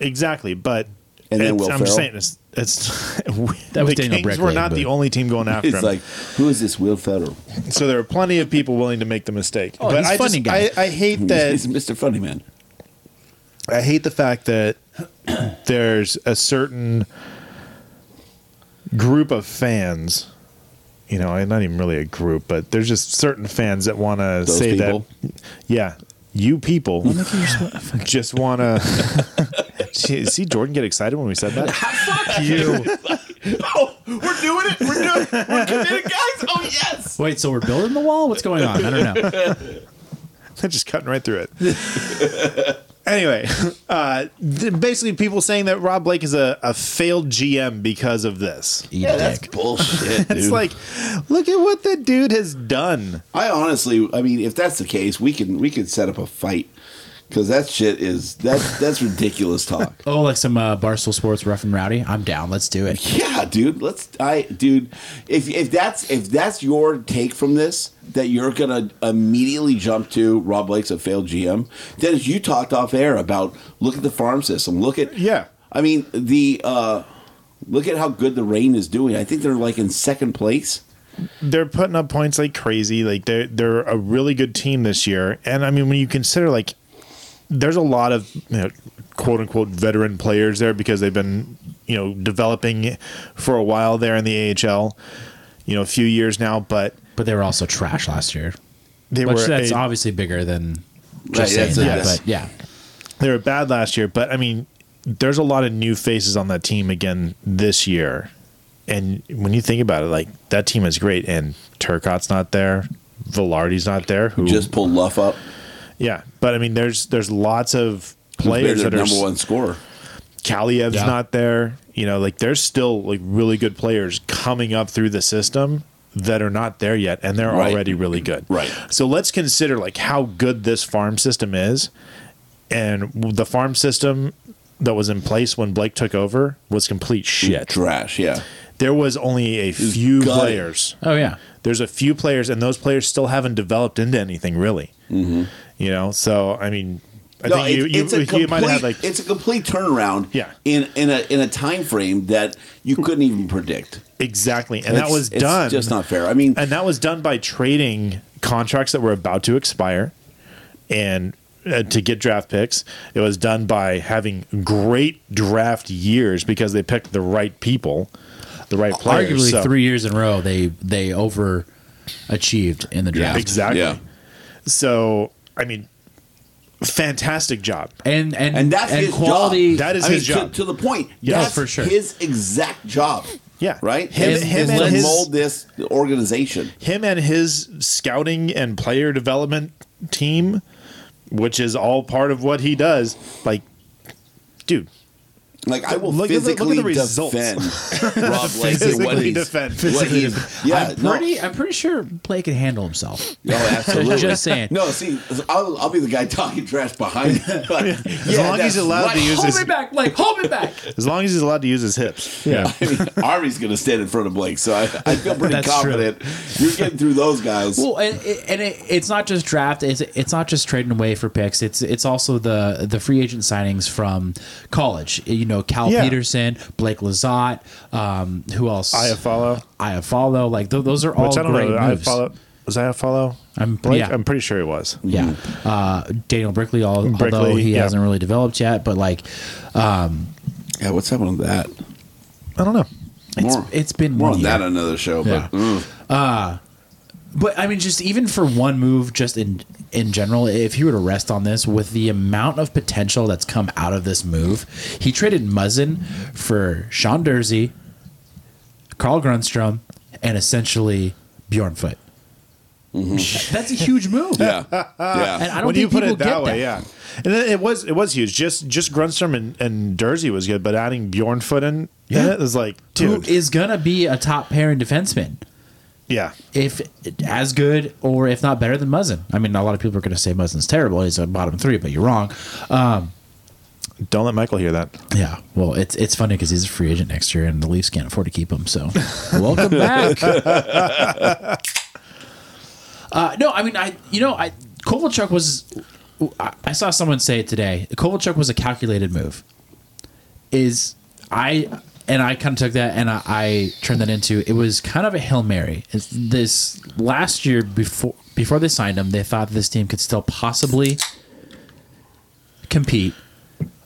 S7: Exactly, but
S3: And then
S7: it's-
S3: Will
S7: I'm
S3: Ferrell.
S7: just saying it's, it's (laughs)
S3: That was
S7: the
S3: Daniel
S7: Kings were
S3: Brickley,
S7: not the
S3: but-
S7: only team (laughs) going after
S3: it's
S7: him.
S3: like who is this Will Ferrell?
S7: so there are plenty of people willing to make the mistake.
S3: Oh,
S7: but I just- I, I hate
S3: (laughs)
S7: that
S3: He's Mr. Funny Man.
S7: I hate the fact that (clears throat) there's a certain group of fans. You know, not even really a group, but there's just certain fans that want to
S3: Those
S7: say
S3: people?
S7: that. Yeah, you people just want to. (laughs) See Jordan get excited when we said (laughs) that. Fuck you.
S3: oh, we're doing it. We're doing it. We're committed, guys. Oh yes.
S6: Wait, so we're building the wall? What's going on? I don't know.
S7: (laughs)
S3: (laughs)
S7: They're just cutting right through it. (laughs) anyway, uh, th- basically, people saying that Rob Blake is a, a failed GM because of this.
S3: (laughs) Yeah, that's
S7: (laughs)
S3: bullshit.
S7: it's
S3: dude.
S7: like, look at what the dude has done.
S3: I honestly, I mean, if that's the case, we can we can set up a fight because that shit is that that's ridiculous talk.
S6: Oh, like some uh, Barstool Sports rough and rowdy. I'm down. Let's do it.
S3: Yeah, dude. Let's, I, dude. If if that's if that's your take from this, that you're gonna immediately jump to Rob Blake's a failed GM. Then as you talked off air about, look at the farm system. Look at yeah. I mean the uh, look at how good the rain is doing. I think they're like in second place.
S7: They're putting up points like crazy. Like they're they're a really good team this year. And I mean, when you consider like, there's a lot of you know, quote unquote veteran players there because they've been you know developing for a while there in the AHL. You know, a few years now, but
S6: But they were also trash last year.
S7: They
S6: Which
S7: were
S6: that's
S7: a-
S6: obviously bigger than
S7: Right,
S6: just saying
S7: that's-
S6: that.
S7: yes.
S6: But yeah,
S7: they were bad last year, but I mean, there's a lot of new faces on that team again this year. And when you think about it, like that team is great, and Turcotte's not there, Velarde's not there. Who
S3: Just pulled Luff up.
S7: Yeah, but I mean, there's there's lots of players
S3: They're
S7: that
S3: their
S7: are
S3: number one scorer.
S7: Kaliev's
S3: Yeah.
S7: not there. You know, like there's still like really good players coming up through the system that are not there yet, and they're
S3: Right.
S7: already really good.
S3: Right.
S7: So let's consider like how good this farm system is, and the farm system that was in place when Blake took over was complete shit,
S3: trash. Yeah.
S7: There was only a few
S3: gutted.
S7: players.
S6: Oh yeah.
S7: There's a few players, and those players still haven't developed into anything really.
S3: Mhm.
S7: You know, so I mean, I think you
S3: it-
S7: you,
S3: it's a
S7: you might have
S3: complete-
S7: like
S3: it's a complete turnaround.
S7: Yeah.
S3: in in a in a time frame that you couldn't even predict.
S7: Exactly, and that
S3: It's-
S7: was
S3: it's
S7: done.
S3: just not fair. I mean,
S7: and that was done by trading contracts that were about to expire, and uh, to get draft picks. It was done by having great draft years because they picked the right people, the right players.
S6: arguably
S7: So-
S6: three years in a row they they over achieved in the draft.
S7: exactly. So I mean, fantastic job.
S6: And and
S3: and that's his
S6: quality.
S3: job.
S7: That is
S3: I mean,
S7: his
S3: to-
S7: job.
S3: to, the point.
S7: Yes,
S3: that's
S7: for sure.
S3: His exact job.
S7: Yeah,
S3: right.
S7: Him-
S3: Is-
S7: him
S3: is
S7: and
S3: to
S7: his-
S3: mold this organization.
S7: him and his scouting and player development team, which is all part of what he does, like, dude.
S3: Like I will
S7: Look at the- look at
S3: physically
S7: the results. (laughs)
S3: defend Rob Blake and what
S6: Physically
S3: he's
S6: defend.
S3: What
S6: Physically
S3: he's,
S6: defend.
S3: yeah,
S6: I'm
S3: no.
S6: pretty. I'm pretty sure Blake can handle himself.
S3: (laughs) Oh, absolutely.
S6: Just saying.
S3: No, see, I'll, I'll be the guy talking trash behind.
S7: (laughs)
S3: him. as
S7: long as he's allowed to use his-
S6: back, Blake. Hold me back.
S7: As long as he's allowed to use his hips.
S3: Yeah, (laughs) I mean, Army's going to stand in front of Blake, so I, I feel pretty
S6: That's
S3: confident you're getting through those guys.
S6: Well, and, and it, it's not just draft. It's it's not just trading away for picks. It's it's also the the free agent signings from college. You know, Cal
S7: Yeah.
S6: Peterson, Blake Lazat, um, who else?
S7: Iafallo.
S6: Iafallo. Like th- those are all
S7: Which I don't
S6: great
S7: know. I
S6: moves.
S7: follow. Was I a follow?
S6: I'm
S7: Blake?
S6: yeah.
S7: I'm pretty sure he was.
S6: Yeah. Uh, Daniel Brickley, al- although
S7: Brickley,
S6: he
S7: yeah.
S6: hasn't really developed yet, but like, um,
S3: yeah, what's happening with that?
S7: I don't know.
S6: It's,
S3: More-
S6: it's been
S3: More
S6: one
S3: on
S6: year.
S3: that on another show, but mm.
S6: Uh, but I mean, just even for one move, just in in general, if he were to rest on this, with the amount of potential that's come out of this move, he traded Muzzin for Sean Dersey, Carl Grunstrom, and essentially Bjornfoot.
S3: Mm-hmm.
S6: That's a
S3: (laughs)
S6: huge move.
S3: Yeah.
S6: And I don't
S7: when
S6: think
S7: you put
S6: people
S7: it that
S6: get
S7: way,
S6: that.
S7: yeah. And then it was it was huge. Just just Grunstrom and, and Dersey was good, but adding Bjornfoot in, in
S6: Yeah.
S7: it was like,
S6: Who
S7: dude,
S6: is gonna be a top pairing defenseman?
S7: yeah,
S6: if as good or if not better than Muzzin. I mean, a lot of people are going to say Muzzin's terrible. He's a bottom three, but you're wrong. Um,
S7: don't let Michael hear that.
S6: yeah, well, it's it's funny because he's a free agent next year, and the Leafs can't afford to keep him. So, (laughs) welcome back. (laughs) uh, no, I mean, I you know, I Kovalchuk was. I I saw someone say it today. Kovalchuk was a calculated move. Is I and I kind of took that and I, I turned that into it was kind of a hail mary. It's this last year before before they signed him, they thought this team could still possibly compete.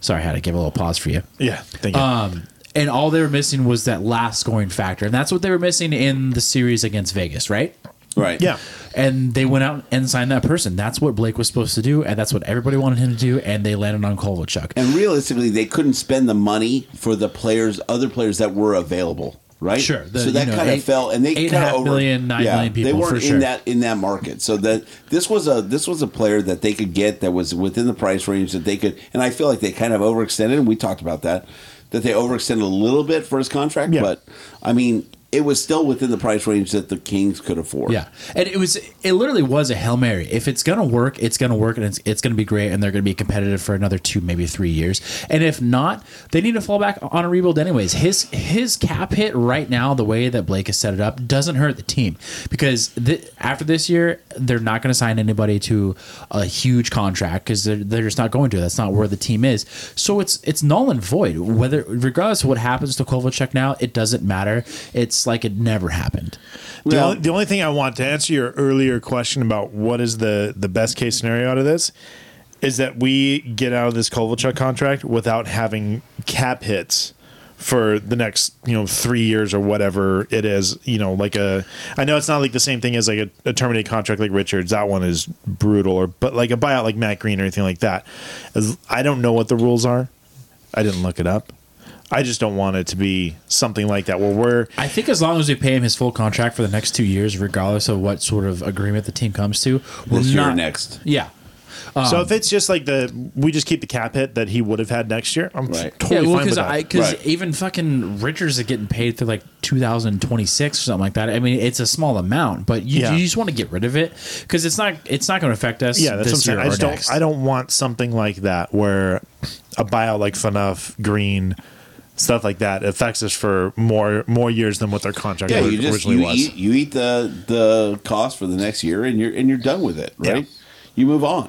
S6: Sorry, I had to give a little pause for you.
S7: Yeah, thank you.
S6: Um, and all they were missing was that last scoring factor, and that's what they were missing in the series against Vegas, right?
S3: Right.
S7: yeah,
S6: And they went out and signed that person. That's what Blake was supposed to do, and that's what everybody wanted him to do. And they landed on Kovalchuk.
S3: And realistically, they couldn't spend the money for the players, other players that were available, right?
S6: Sure. The,
S3: so that
S6: you know,
S3: kind
S6: eight-
S3: of fell, and they
S6: eight and a
S3: kinda
S6: half
S3: over,
S6: million, nine million people,
S3: They
S6: for
S3: weren't
S6: sure.
S3: in that in that market. So that this was a this was a player that they could get that was within the price range that they could. And I feel like they kind of overextended. And we talked about that that they overextended a little bit for his contract,
S7: Yeah.
S3: but I mean, it was still within the price range that the Kings could afford.
S6: Yeah, and it was it literally was a hail mary. If it's gonna work, it's gonna work, and it's it's gonna be great, and they're gonna be competitive for another two, maybe three years. And if not, they need to fall back on a rebuild anyways. His his cap hit right now, the way that Blake has set it up, doesn't hurt the team because th- after this year, they're not gonna sign anybody to a huge contract because they're, they're just not going to. That's not where the team is. So it's it's null and void. Whether regardless of what happens to Kovalchuk now, it doesn't matter. It's like it never happened.
S7: The,
S3: Well-
S7: only, the only thing I want to answer your earlier question about what is the, the best case scenario out of this is that we get out of this Kovalchuk contract without having cap hits for the next you know three years or whatever it is you know like a I know it's not like the same thing as like a, a terminated contract like Richards that one is brutal or but like a buyout like Matt Green or anything like that As- I don't know what the rules are I didn't look it up I just don't want it to be something like that where we're
S6: I think as long as we pay him his full contract for the next two years, regardless of what sort of agreement the team comes to, we're
S3: This year or
S6: not-
S3: next.
S6: Yeah.
S7: So if it's just like the we just keep the cap hit that he would have had next year, I'm
S3: Right.
S7: totally
S6: yeah, well,
S7: fine with
S6: because
S7: that.
S6: I because
S3: Right.
S6: even fucking Richards is getting paid through like 2026 or something like that. I mean, it's a small amount, but you,
S7: Yeah.
S6: you just want to get rid of it because it's not it's not going to affect us.
S7: yeah, that's what I'm
S6: this
S7: saying.
S6: year
S7: I
S6: or
S7: just don't
S6: next.
S7: I don't want something like that where a buyout like FNUF, Green, stuff like that affects us for more more years than what their contract
S3: Yeah,
S7: or-
S3: you just
S7: originally
S3: you
S7: was.
S3: eat, you eat the the cost for the next year, and you're and you're done with it, right? You move on,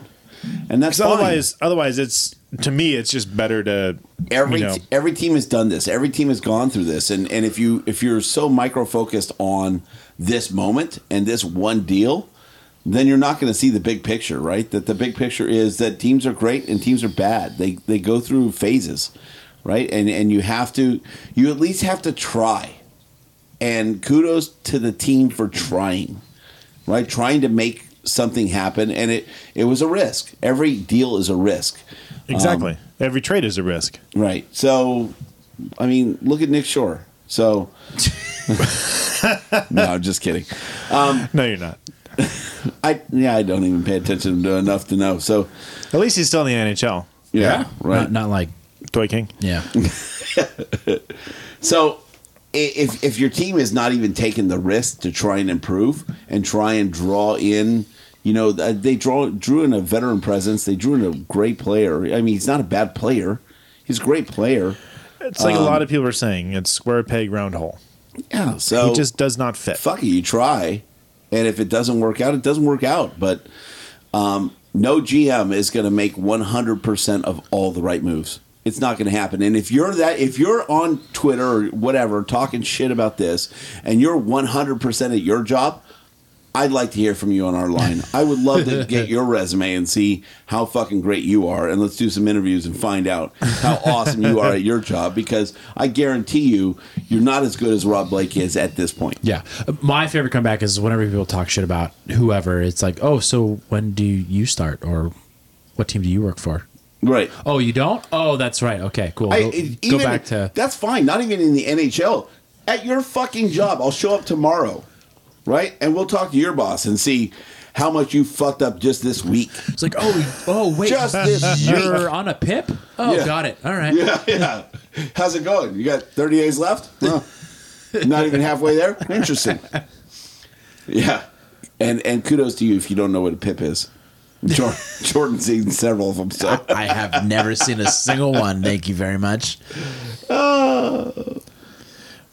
S3: and that's
S7: 'Cause
S3: fine.
S7: otherwise otherwise it's to me it's just better to
S3: every
S7: you know,
S3: every team has done this. Every team has gone through this, and and if you if you're so micro focused on this moment and this one deal, then you're not going to see the big picture, right? That the big picture is that teams are great and teams are bad. They they go through phases, right? And and you have to you at least have to try. And kudos to the team for trying, right? Trying to make something happen, and it it was a risk. Every deal is a risk.
S7: exactly um, every trade is a
S3: (laughs)
S7: risk.
S3: Right. So, I mean, look at Nick Shore. So, no, I'm just kidding.
S7: No, you're not.
S3: I yeah, I don't even pay attention to enough to know. So,
S7: At least he's still in the NHL.
S3: yeah, right.
S6: Not, not like
S7: Toy King.
S6: yeah. (laughs)
S3: So, i- if if your team is not even taking the risk to try and improve and try and draw in, you know, th- they draw drew in a veteran presence. They drew in a great player. I mean, he's not a bad player. He's a great player.
S7: It's
S3: Um,
S7: like a lot of people are saying it's square peg round hole.
S3: Yeah. So
S7: he just does not fit.
S3: fuck it, you try. And if it doesn't work out, it doesn't work out. But um, no GM is going to make 100% of all the right moves. It's not going to happen. And if you're that, if you're on Twitter or whatever talking shit about this, and you're 100% at your job, I'd like to hear from you on our line. I would love to get your resume and see how fucking great you are. And let's do some interviews and find out how awesome you are at your job because I guarantee you, you're not as good as Rob Blake is at this point.
S6: Yeah. My favorite comeback is whenever people talk shit about whoever, it's like, oh, so when do you start or what team do you work for?
S3: Right.
S6: Oh, you don't? Oh, that's right. Okay, cool.
S3: I,
S6: Go-
S3: it-
S6: go
S3: even,
S6: back to
S3: that's fine. Not even in the NHL. at your fucking job. I'll show up tomorrow, right? And we'll talk to your boss and see how much you fucked up just this week.
S6: It's like, oh, oh, wait,
S3: just
S6: (laughs)
S3: this
S6: you're
S3: week.
S6: on a pip? Oh,
S3: Yeah.
S6: got it. All right.
S3: Yeah, (laughs) yeah. How's it going? You got 30 days left? Huh. Not even halfway there? Interesting. Yeah. And and kudos to you if you don't know what a pip is. Jor- Jordan's seen several of them. So.
S10: I have never seen a single one. Thank you very much.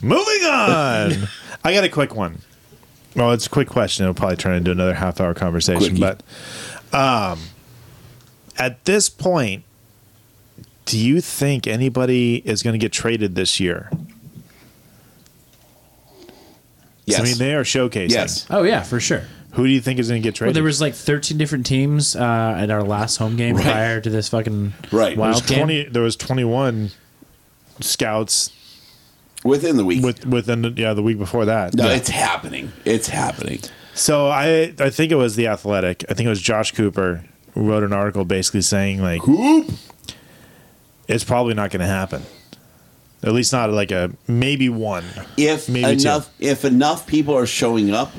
S7: Moving on.
S6: (laughs)
S7: I got a quick one. Well, it's a quick question. It'll probably turn into another half hour conversation. But um, at this point, do you think anybody is going to get traded this year? 'Cause, I
S6: Yes.
S7: mean, they are showcasing.
S6: Yes. Oh, yeah, for sure.
S7: Who do you think is going to get traded?
S6: Well, there was like 13 different teams uh, at our last home game
S7: Right.
S6: prior to this fucking wild
S7: there was
S6: game.
S7: 20, There was 21 scouts
S3: within the week.
S7: With, within the, yeah, the week before that.
S3: No,
S7: Yeah.
S3: it's happening. It's happening.
S7: So I I think it was the Athletic. I think it was Josh Cooper who wrote an article basically saying like Coop. it's probably not going to happen. At least not like a maybe one.
S3: If
S7: maybe two.
S3: enough if enough people are showing up,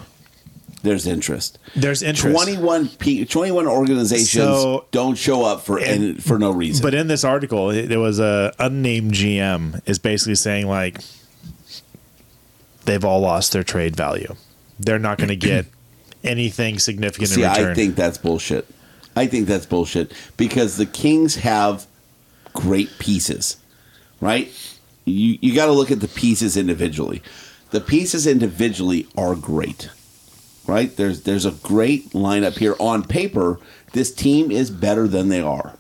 S3: there's interest.
S7: There's interest.
S3: 21 pe- 21 organizations
S7: So-
S3: don't show up for any, for no reason.
S7: But in this article, it, there was a unnamed GM is basically saying like they've all lost their trade value. They're not going to get (clears throat) anything significant
S3: See,
S7: in return.
S3: I think that's bullshit. I think that's bullshit because the Kings have great pieces, right? You you got to look at the pieces individually. The pieces individually are great, right? There's there's a great lineup here on paper. This team is better than they are,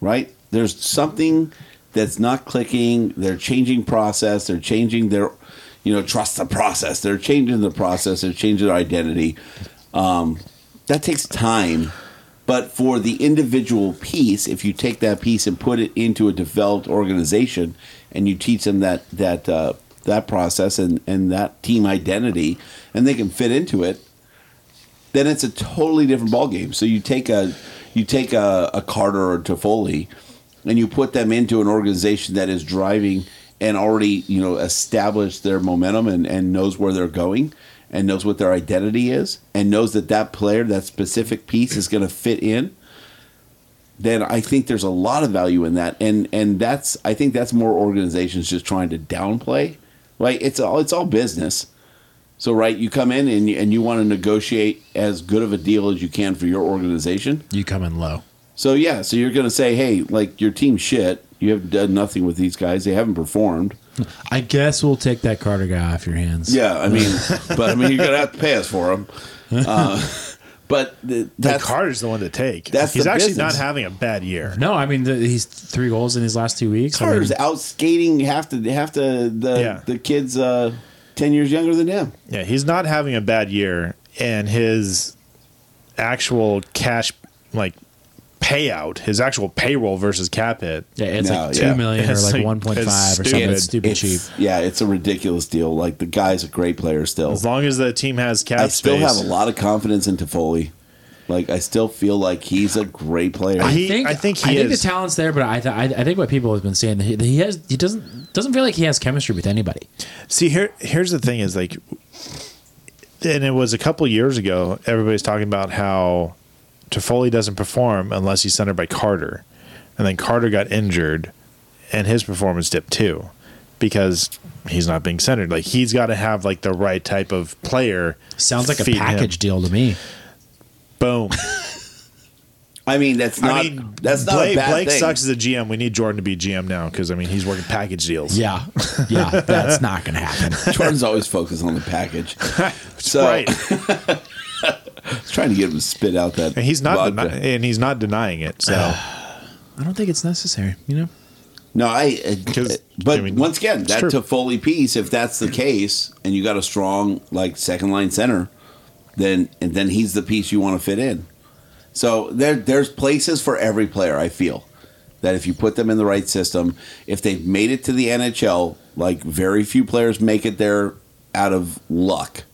S3: right? There's something that's not clicking. They're changing process. They're changing their, you know, trust the process. They're changing the process. They're changing their identity. Um, that takes time. But for the individual piece, if you take that piece and put it into a developed organization, and you teach them that that uh, that process and and that team identity, and they can fit into it, then it's a totally different ballgame. So you take a you take a, a Carter or Toffoli, and you put them into an organization that is driving and already you know established their momentum and, and knows where they're going and knows what their identity is and knows that that player that specific piece is going to fit in then i think there's a lot of value in that and and that's i think that's more organizations just trying to downplay like it's all it's all business so right, you come in and you, and you want to negotiate as good of a deal as you can for your organization.
S6: You come in low.
S3: So yeah, so you're going to say, hey, like your team's shit. You have done nothing with these guys. They haven't performed.
S6: I guess we'll take that Carter guy off your hands.
S3: Yeah, I mean, (laughs) but I mean, you're going to have to pay us for (laughs) them. Uh, but the,
S7: Like Carter's the one to take.
S3: That's
S7: He's
S3: the
S7: actually
S3: business.
S7: not having a bad year.
S6: No, I mean, the, he's three goals in his last two weeks.
S3: Carter's
S6: I mean,
S3: out skating half the half the the, the kids uh, ten years younger than him.
S7: Yeah, he's not having a bad year, and his actual cash, like payout, his actual payroll versus cap hit.
S6: Yeah,
S3: it's No, like two yeah. million or like 1.5 or something stupid cheap. Yeah, it's a ridiculous deal. Like the guy's a great player still.
S7: As long as the team has cap
S3: I still
S7: space.
S3: have a lot of confidence in Toffoli. Like I still feel like he's a great player.
S6: I think the talent's there, but I, th- I I think what people have been saying he, he has he doesn't doesn't feel like he has chemistry with anybody.
S7: See here, here's the thing: is like, and it was a couple years ago. Everybody's talking about how Toffoli doesn't perform unless he's centered by Carter, and then Carter got injured, and his performance dipped too, because he's not being centered. Like he's got to have like the right type of player.
S6: Sounds like a
S7: feeding him.
S6: package deal to me.
S3: (laughs)
S7: Boom.
S3: I mean, that's not that's not
S7: Blake,
S3: a bad
S7: Blake
S3: thing. (laughs)
S7: sucks as a GM. We need Jordan to be GM now because I mean he's working package deals.
S6: Yeah, yeah, that's not going to happen.
S3: Jordan's always focused on the package. so, (laughs)
S7: (laughs) right.
S3: I was trying to get him to spit out that.
S7: And he's not,
S3: vodka.
S7: deni- and he's not denying it.
S3: (sighs)
S7: So
S6: I don't think it's necessary. You know,
S3: No, I. Uh, but once again, that
S7: true.
S3: Toffoli piece, if that's the case, and you got a strong like second line center, then and then he's the piece you want to fit in. So there, there's places for every player. I feel that if you put them in the right system, if they've made it to the NHL, like very few players make it there out of luck.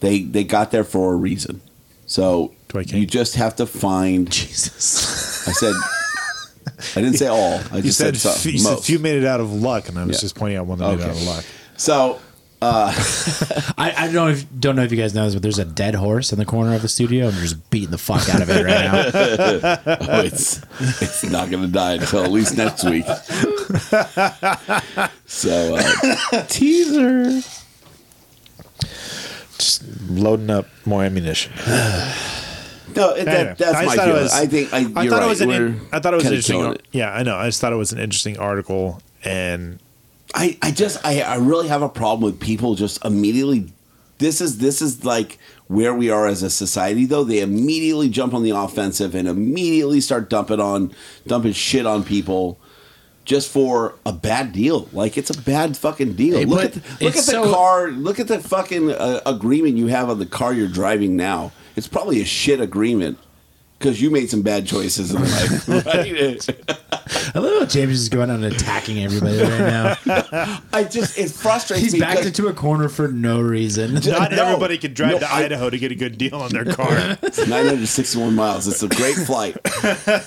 S3: They they got there for a reason. So you just have to find Jesus. I said. I didn't say all. I
S7: you
S3: just
S7: said,
S3: said,
S7: f-
S3: some,
S7: (laughs) you said
S3: most.
S7: few made it out of luck, and I was
S3: Yeah.
S7: just pointing out one that made it out of luck.
S3: So
S6: uh, I, I don't know if, don't know if you guys know this, but there's a dead horse in the corner of the studio, and we're just beating the fuck out of it right now.
S3: oh, it's it's not going to die until at least next week. so uh,
S7: teaser. Just loading up more ammunition.
S3: No, it,
S7: Anyway,
S3: that, that's
S7: I
S3: my
S7: thought it
S3: feeling.
S7: was-
S3: I think I,
S7: I
S3: you're
S7: thought
S3: right.
S7: it was an.
S3: We're
S7: in- I thought it was
S3: kinda
S7: an interesting.
S3: killing
S7: ar- Yeah, I know. I just thought it was an interesting article, and
S3: I, I just I, I really have a problem with people just immediately this is this is like where we are as a society though they immediately jump on the offensive and immediately start dumping on dumping shit on people just for a bad deal like it's a bad fucking deal
S9: Hey,
S3: look
S9: but
S3: at the, look at the
S9: it's so-
S3: car look at the fucking uh, agreement you have on the car you're driving now it's probably a shit agreement because you made some bad choices in life (laughs)
S6: I love how James is going out and attacking everybody right now.
S3: I just it frustrates
S6: He's
S3: me
S6: backed
S3: because-
S6: into a corner for no
S3: (laughs)
S6: reason.
S7: not
S3: No.
S7: everybody could drive
S3: No,
S7: to
S3: I-
S7: Idaho to get a good deal on
S3: (laughs)
S7: their car.
S3: It's 961 miles. It's a great flight.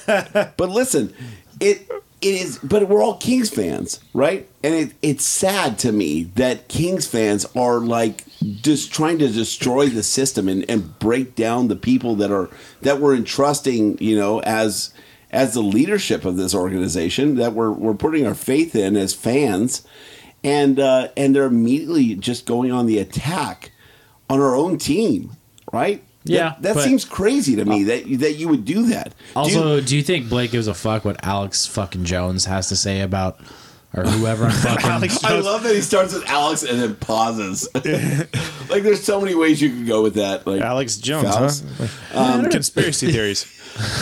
S3: but listen, it it is. But we're all Kings fans, right? And it, it's sad to me that Kings fans are like just trying to destroy the system and, and break down the people that are that we're entrusting, you know, as as the leadership of this organization that we're we're putting our faith in as fans, and uh, and they're immediately just going on the attack on our own team, right?
S6: Yeah,
S3: that, that
S6: but-
S3: seems crazy to me that that you would do that.
S6: Also, do you, think Blake gives a fuck what Alex fucking Jones has to say about or whoever I'm fucking?
S3: (laughs) I love that he starts with Alex and then
S7: (laughs)
S3: pauses. (laughs) like, there's so many ways you could go with that. Like
S7: Alex Jones,
S6: (laughs)
S3: Faust. Um,
S7: huh? Um,
S3: (laughs)
S7: Conspiracy theories.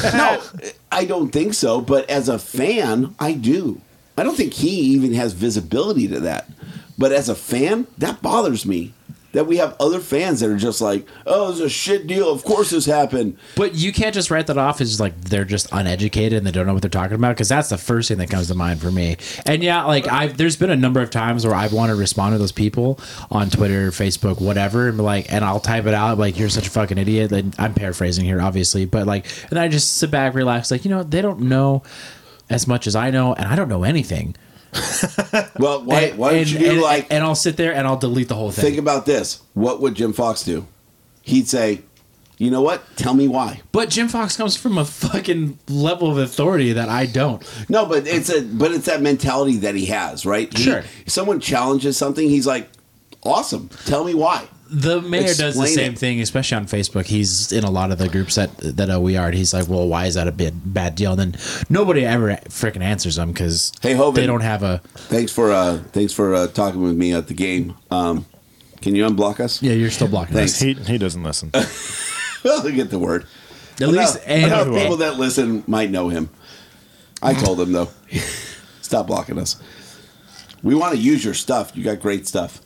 S3: no, (laughs) I don't think so. But as a fan, I do. I don't think he even has visibility to that. But as a fan, that bothers me. That we have other fans that are just like, "Oh, it's a shit deal. Of course this happened."
S6: But you can't just write that off as like they're just uneducated and they don't know what they're talking about because that's the first thing that comes to mind for me. And yeah, like I've there's been a number of times where I've wanted to respond to those people on Twitter, Facebook, whatever, and be like, and I'll type it out like you're such a fucking idiot. Then I'm paraphrasing here, obviously, but like, and I just sit back, relax, like you know they don't know as much as I know, and I don't know anything.
S3: Well, why? Why
S6: And-
S3: don't you do
S6: and-
S3: like?
S6: And I'll sit there and I'll delete the whole thing.
S3: Think about this. What would Jim Fox do? He'd say, "You know what? Tell me why."
S6: But Jim Fox comes from a fucking level of authority that I don't.
S3: No, but it's a but it's that mentality that he has, right? He-
S6: Sure.
S3: If someone challenges something, he's like, "Awesome. Tell me why."
S6: The mayor does the
S3: Explain
S6: same
S3: it.
S6: thing, especially on Facebook. He's in a lot of the groups that that uh, we are, and he's like, "Well, why is that a bit bad deal?" And then nobody ever freaking answers them because
S3: Hey, Hovind.
S6: they don't have a.
S3: Thanks for uh thanks for uh, talking with me at the game. Um, can you unblock us?
S6: Yeah, you're still blocking
S3: Thanks.
S6: us.
S7: He he doesn't listen.
S3: (laughs) I'll get the word.
S6: At least, and-
S3: enough people that listen might know him. I told him
S6: (laughs)
S3: though, stop blocking us. We want to use your stuff. You got great stuff.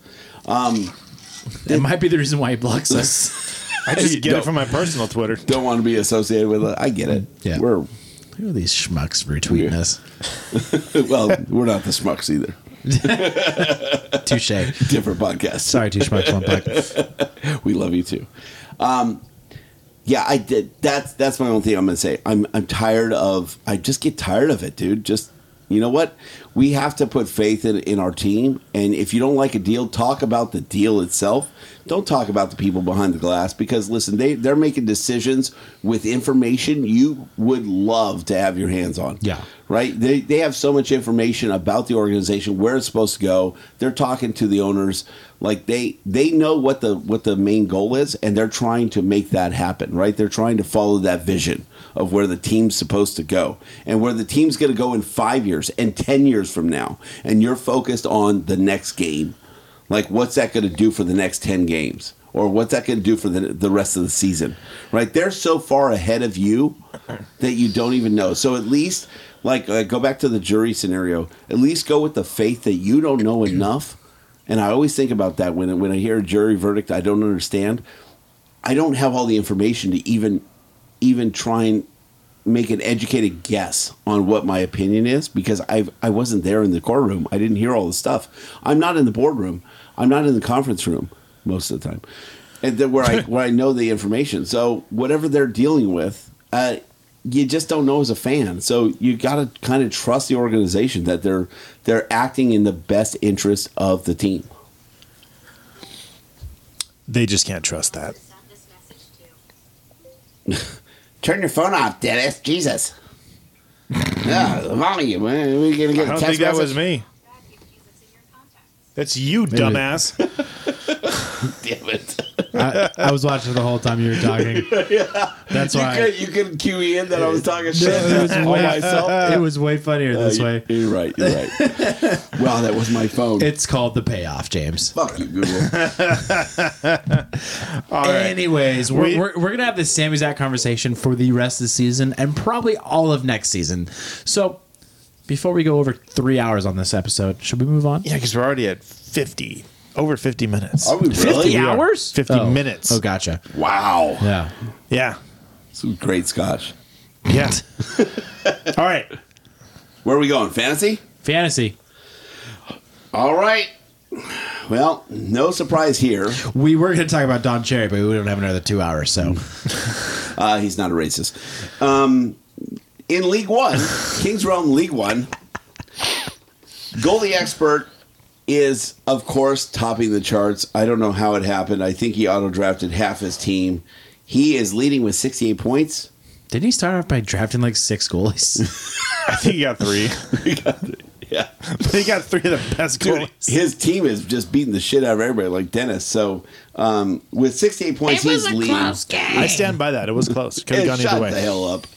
S3: Um,
S6: It might be the reason why he blocks us. (laughs)
S7: I just get
S3: Don't-
S7: it from my personal Twitter.
S3: don't want to be associated with it. I get it.
S6: Yeah.
S3: We're (laughs)
S6: Who are these schmucks retweeting us?
S3: well, we're not the schmucks either.
S6: Touche.
S3: (laughs) Different podcast.
S6: Sorry, two schmucks, one
S3: (laughs)
S6: puck.
S3: we love you too. Um, yeah, I did. That's that's my only thing I'm gonna say. I'm I'm tired of. I just get tired of it, dude. Just you know what? We have to put faith in in our team. And if you don't like a deal, talk about the deal itself. Don't talk about the people behind the glass because listen, they they're making decisions with information you would love to have your hands on
S6: Yeah.
S3: right? They, they have so much information about the organization, where it's supposed to go. They're talking to the owners, like they they know what the what the main goal is, and they're trying to make that happen, right? They're trying to follow that vision of where the team's supposed to go and where the team's going to go in five years and ten years from now. And you're focused on the next game, like what's that going to do for the next 10 games or what's that going to do for the, the rest of the season right they're so far ahead of you that you don't even know so at least like uh, go back to the jury scenario at least go with the faith that you don't know enough and i always think about that when, when i hear a jury verdict i don't understand i don't have all the information to even even try and make an educated guess on what my opinion is because I I wasn't there in the courtroom. I didn't hear all the stuff. I'm not in the boardroom. I'm not in the conference room most of the time, and then where
S7: (laughs)
S3: I where I know the information. So whatever they're dealing with, uh, you just don't know as a fan. So you got to kind of trust the organization that they're they're acting in the best interest of the team.
S7: They just can't trust that.
S3: Turn your phone off, Dennis.
S7: (laughs)
S3: Jesus. yeah, the volume. eh, We gonna get
S7: I
S3: a
S7: don't
S3: text
S7: think that
S3: message?
S7: was me. That's you,
S3: Maybe.
S7: dumbass.
S3: (laughs) Damn it.
S6: I, I was watching the whole time you were talking.
S3: (laughs) yeah.
S6: That's
S3: you
S6: why-
S3: Could, you couldn't QE in that I was talking shit
S6: it, was
S3: on
S6: way,
S3: myself.
S6: (laughs)
S3: Uh,
S6: it was way funnier this
S3: you-
S6: way.
S3: You're right. You're
S6: (laughs)
S3: right. wow, that was my phone.
S6: It's called the payoff, James.
S3: Fuck you, Google.
S6: (laughs) Anyways, we're,
S3: We-
S6: we, are we're gonna have the same exact conversation for the rest of the season and probably all of next season. So, before we go over three hours on this episode, should we move on?
S7: Yeah, because we're already at fifty, over fifty minutes.
S3: Are we really?
S6: 50
S7: We are.
S6: hours?
S7: Fifty
S6: Oh.
S7: minutes.
S6: Oh, gotcha.
S3: Wow.
S6: Yeah.
S7: Yeah.
S3: Some great scotch.
S7: Yeah. (laughs) All right.
S3: Where are we going? Fantasy?
S6: Fantasy.
S3: All right. Well, no surprise here.
S6: We were going to talk about Don Cherry, but we don't have another two hours, so
S3: Uh, he's not a racist. Um, in League
S7: (laughs)
S3: One, Kings Realm League One, goalie expert is of course topping the charts. I don't know how it happened. I think he auto drafted half his team. He is leading with 68 points.
S6: didn't he start off by drafting like six
S3: (laughs)
S6: goalies?
S7: I think he got three. (laughs)
S3: Yeah.
S7: he got three of the best
S3: Dude,
S7: goalies.
S3: his team is just beating the shit out of everybody, like Dennis. So, um, with 68 points, he's leading.
S7: I stand by that. It was close. Could have
S3: And
S7: gone
S3: shut
S7: either
S3: the
S7: way.
S3: hell up.